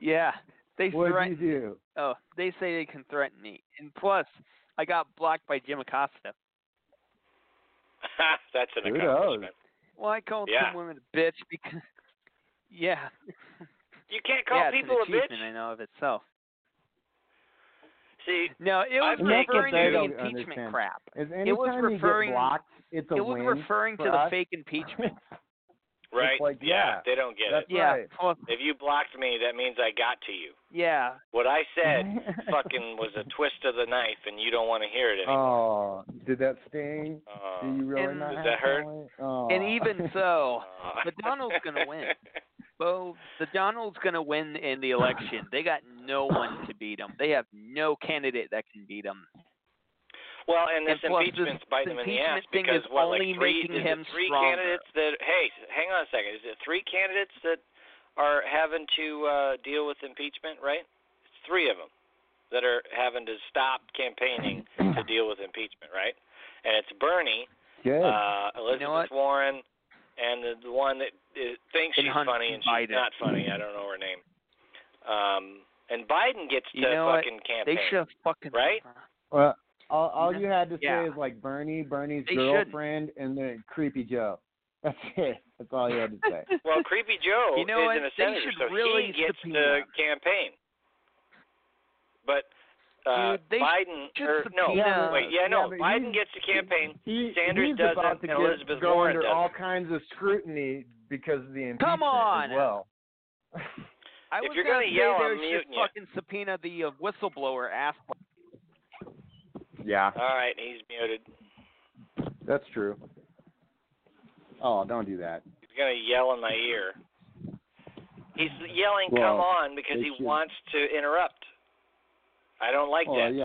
[SPEAKER 5] Yeah. They
[SPEAKER 4] what
[SPEAKER 5] threaten.
[SPEAKER 4] did you do?
[SPEAKER 5] Oh, they say they can threaten me. And plus, I got blocked by Jim Acosta.
[SPEAKER 3] *laughs* That's an
[SPEAKER 4] Who knows?
[SPEAKER 3] accomplishment.
[SPEAKER 5] Well, I called
[SPEAKER 3] Yeah.
[SPEAKER 5] some woman a bitch because. *laughs* Yeah.
[SPEAKER 3] You can't call
[SPEAKER 5] yeah, it's
[SPEAKER 3] people
[SPEAKER 5] an
[SPEAKER 3] a bitch.
[SPEAKER 5] achievement in and of itself.
[SPEAKER 3] See,
[SPEAKER 5] No, it
[SPEAKER 3] I've
[SPEAKER 5] was referring
[SPEAKER 3] taken- They
[SPEAKER 5] to the
[SPEAKER 4] don't
[SPEAKER 5] impeachment
[SPEAKER 4] understand.
[SPEAKER 5] crap.
[SPEAKER 4] Is
[SPEAKER 5] It
[SPEAKER 4] anytime
[SPEAKER 5] was
[SPEAKER 4] you
[SPEAKER 5] referring-
[SPEAKER 4] get blocked, it's a
[SPEAKER 5] it was
[SPEAKER 4] win.
[SPEAKER 5] referring to
[SPEAKER 4] for
[SPEAKER 5] the
[SPEAKER 4] us.
[SPEAKER 5] fake *laughs* impeachment.
[SPEAKER 3] right?
[SPEAKER 4] like,
[SPEAKER 3] yeah,
[SPEAKER 4] yeah,
[SPEAKER 3] they don't get
[SPEAKER 4] that's-
[SPEAKER 3] it.
[SPEAKER 5] yeah. Oh,
[SPEAKER 4] right.
[SPEAKER 5] plus-
[SPEAKER 3] If you blocked me, that means I got to you.
[SPEAKER 5] yeah.
[SPEAKER 3] What I said
[SPEAKER 4] *laughs*
[SPEAKER 3] fucking was a twist of the knife, and you don't want to hear it anymore.
[SPEAKER 4] Oh, did that sting?
[SPEAKER 3] Uh,
[SPEAKER 4] Do you really
[SPEAKER 5] and-
[SPEAKER 4] not
[SPEAKER 5] Does
[SPEAKER 4] have
[SPEAKER 3] that hurt?
[SPEAKER 4] talent? Oh.
[SPEAKER 5] And *laughs* even so,
[SPEAKER 3] uh,
[SPEAKER 5] but Donald's gonna win. Bo, the Donald's going to win in the election. They got no one to beat them. They have no candidate that can beat them.
[SPEAKER 3] *laughs* Well, and this
[SPEAKER 5] And plus this-
[SPEAKER 3] impeachment's biting
[SPEAKER 5] this
[SPEAKER 3] him in the ass
[SPEAKER 5] impeachment thing
[SPEAKER 3] because
[SPEAKER 5] is
[SPEAKER 3] what, like
[SPEAKER 5] only
[SPEAKER 3] three,
[SPEAKER 5] making
[SPEAKER 3] is it
[SPEAKER 5] him
[SPEAKER 3] three
[SPEAKER 5] stronger.
[SPEAKER 3] candidates that? Hey, s- hang on a second. Is it three candidates that are having to uh, deal with impeachment? Right? It's three of them that are having to stop campaigning
[SPEAKER 5] *clears throat*
[SPEAKER 3] to deal with impeachment. Right? And it's Bernie,
[SPEAKER 4] *laughs* Good.
[SPEAKER 3] uh, Elizabeth
[SPEAKER 5] what?
[SPEAKER 3] Warren, and the, the one that is, thinks
[SPEAKER 5] And
[SPEAKER 3] she's
[SPEAKER 5] Hunter
[SPEAKER 3] funny and
[SPEAKER 5] Biden.
[SPEAKER 3] she's not funny. I don't know her name. Um, and Biden gets to
[SPEAKER 5] You know what?
[SPEAKER 3] fucking
[SPEAKER 5] They
[SPEAKER 3] campaign.
[SPEAKER 5] should have fucking
[SPEAKER 3] Right?
[SPEAKER 4] well, all, all you had to
[SPEAKER 5] Yeah.
[SPEAKER 4] say is like Bernie, Bernie's
[SPEAKER 5] They shouldn't.
[SPEAKER 4] girlfriend, and then creepy Joe. *laughs* That's it. That's all you had to say.
[SPEAKER 3] Well, Creepy Joe
[SPEAKER 5] You
[SPEAKER 3] isn't
[SPEAKER 5] know what?
[SPEAKER 3] a
[SPEAKER 5] They
[SPEAKER 3] senator,
[SPEAKER 5] should
[SPEAKER 3] so
[SPEAKER 5] really
[SPEAKER 3] he gets
[SPEAKER 5] subpoena.
[SPEAKER 3] to campaign. But uh,
[SPEAKER 5] Dude, they
[SPEAKER 3] Biden,
[SPEAKER 5] should
[SPEAKER 3] or no,
[SPEAKER 5] subpoena-
[SPEAKER 3] wait, yeah, no,
[SPEAKER 4] Yeah, but
[SPEAKER 3] Biden
[SPEAKER 4] he's-
[SPEAKER 3] gets to campaign.
[SPEAKER 4] *laughs* He,
[SPEAKER 3] Sanders
[SPEAKER 4] he's
[SPEAKER 3] doesn't,
[SPEAKER 4] about to
[SPEAKER 3] and
[SPEAKER 4] get,
[SPEAKER 3] Elizabeth
[SPEAKER 4] go
[SPEAKER 3] Warren
[SPEAKER 4] under
[SPEAKER 3] doesn't.
[SPEAKER 4] all kinds of scrutiny because of the impeachment
[SPEAKER 5] Come on!
[SPEAKER 4] as *laughs* well.
[SPEAKER 5] I
[SPEAKER 3] If
[SPEAKER 5] was
[SPEAKER 3] you're gonna
[SPEAKER 5] gonna say
[SPEAKER 3] yell,
[SPEAKER 5] they
[SPEAKER 3] I'm
[SPEAKER 5] should
[SPEAKER 3] muting you.
[SPEAKER 5] fucking subpoena the uh, whistleblower ass.
[SPEAKER 4] Yeah,
[SPEAKER 3] All right, he's muted.
[SPEAKER 4] that's true. Oh, don't do that.
[SPEAKER 3] He's gonna yell in my ear. He's yelling,
[SPEAKER 4] Well,
[SPEAKER 3] "Come on!" because
[SPEAKER 4] they
[SPEAKER 3] he
[SPEAKER 4] should.
[SPEAKER 3] wants to interrupt. I don't like
[SPEAKER 4] oh
[SPEAKER 3] that.
[SPEAKER 4] yeah,